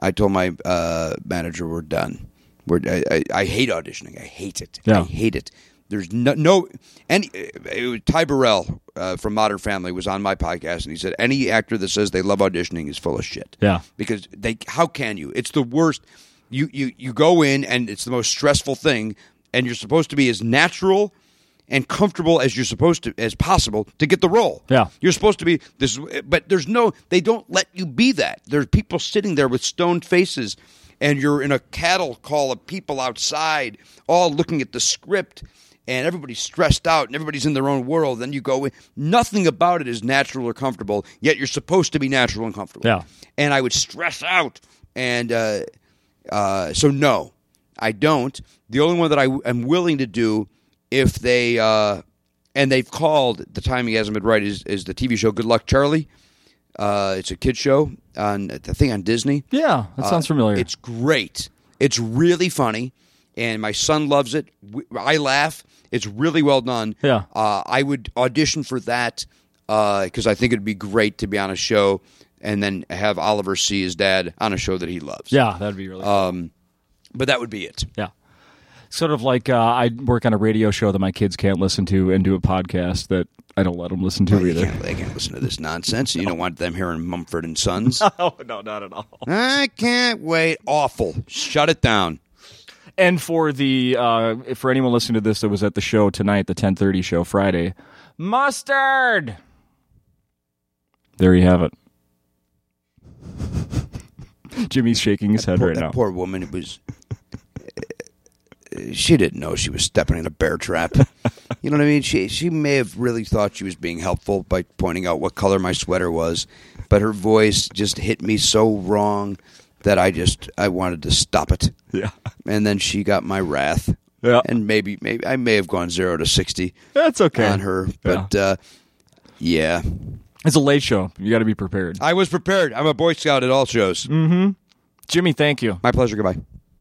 [SPEAKER 3] I told my uh, manager we're done. We're I, I, I hate auditioning. I hate it.
[SPEAKER 2] Yeah.
[SPEAKER 3] I hate it. There's no no any. It was Ty Burrell uh, from Modern Family was on my podcast and he said any actor that says they love auditioning is full of shit.
[SPEAKER 2] Yeah.
[SPEAKER 3] because they how can you? It's the worst. You you you go in and it's the most stressful thing, and you're supposed to be as natural and comfortable as you're supposed to as possible to get the role.
[SPEAKER 2] Yeah.
[SPEAKER 3] You're supposed to be this, is- but there's no. They don't let you be that. There's people sitting there with stoned faces, and you're in a cattle call of people outside, all looking at the script, and everybody's stressed out, and everybody's in their own world. Then you go in. Nothing about it is natural or comfortable. Yet you're supposed to be natural and comfortable.
[SPEAKER 2] Yeah.
[SPEAKER 3] And I would stress out, and uh, uh, so no, I don't. The only one that I w- am willing to do if they uh, and they've called the timing hasn't been right is, is the TV show Good Luck Charlie. Uh, it's a kid show on the thing on Disney.
[SPEAKER 2] Yeah, that sounds familiar.
[SPEAKER 3] It's great. It's really funny, and my son loves it. W- I laugh. It's really well done.
[SPEAKER 2] Yeah.
[SPEAKER 3] Uh, I would audition for that because I think it'd be great to be on a show and then have Oliver see his dad on a show that he loves.
[SPEAKER 2] yeah, that'd be really.
[SPEAKER 3] But that would be it.
[SPEAKER 2] Yeah. Sort of like uh, I work on a radio show that my kids can't listen to and do a podcast that I don't let them listen *laughs* to
[SPEAKER 3] They
[SPEAKER 2] either.
[SPEAKER 3] can't, they can't listen to this nonsense. You don't want them hearing Mumford and Sons.
[SPEAKER 1] Oh, no, not at all.
[SPEAKER 3] I can't wait. Awful. Shut it down.
[SPEAKER 2] And for the uh, for anyone listening to this that was at the show tonight, the 10:30 show Friday, mustard. There you have it. *laughs* Jimmy's shaking his head
[SPEAKER 3] poor,
[SPEAKER 2] right
[SPEAKER 3] that
[SPEAKER 2] now.
[SPEAKER 3] poor woman it was uh, she didn't know she was stepping in a bear trap you know what i mean she she may have really thought she was being helpful by pointing out what color my sweater was but her voice just hit me so wrong that i just i wanted to stop it
[SPEAKER 2] *laughs* Yeah.
[SPEAKER 3] and then she got my wrath
[SPEAKER 2] Yeah.
[SPEAKER 3] and maybe maybe i may have gone 0 to 60
[SPEAKER 2] That's okay.
[SPEAKER 3] on her but uh yeah
[SPEAKER 2] It's a late show. You got to be prepared. Mm.
[SPEAKER 3] i was prepared i'm a boy scout at all shows
[SPEAKER 2] Jimmy, thank you.
[SPEAKER 3] my pleasure goodbye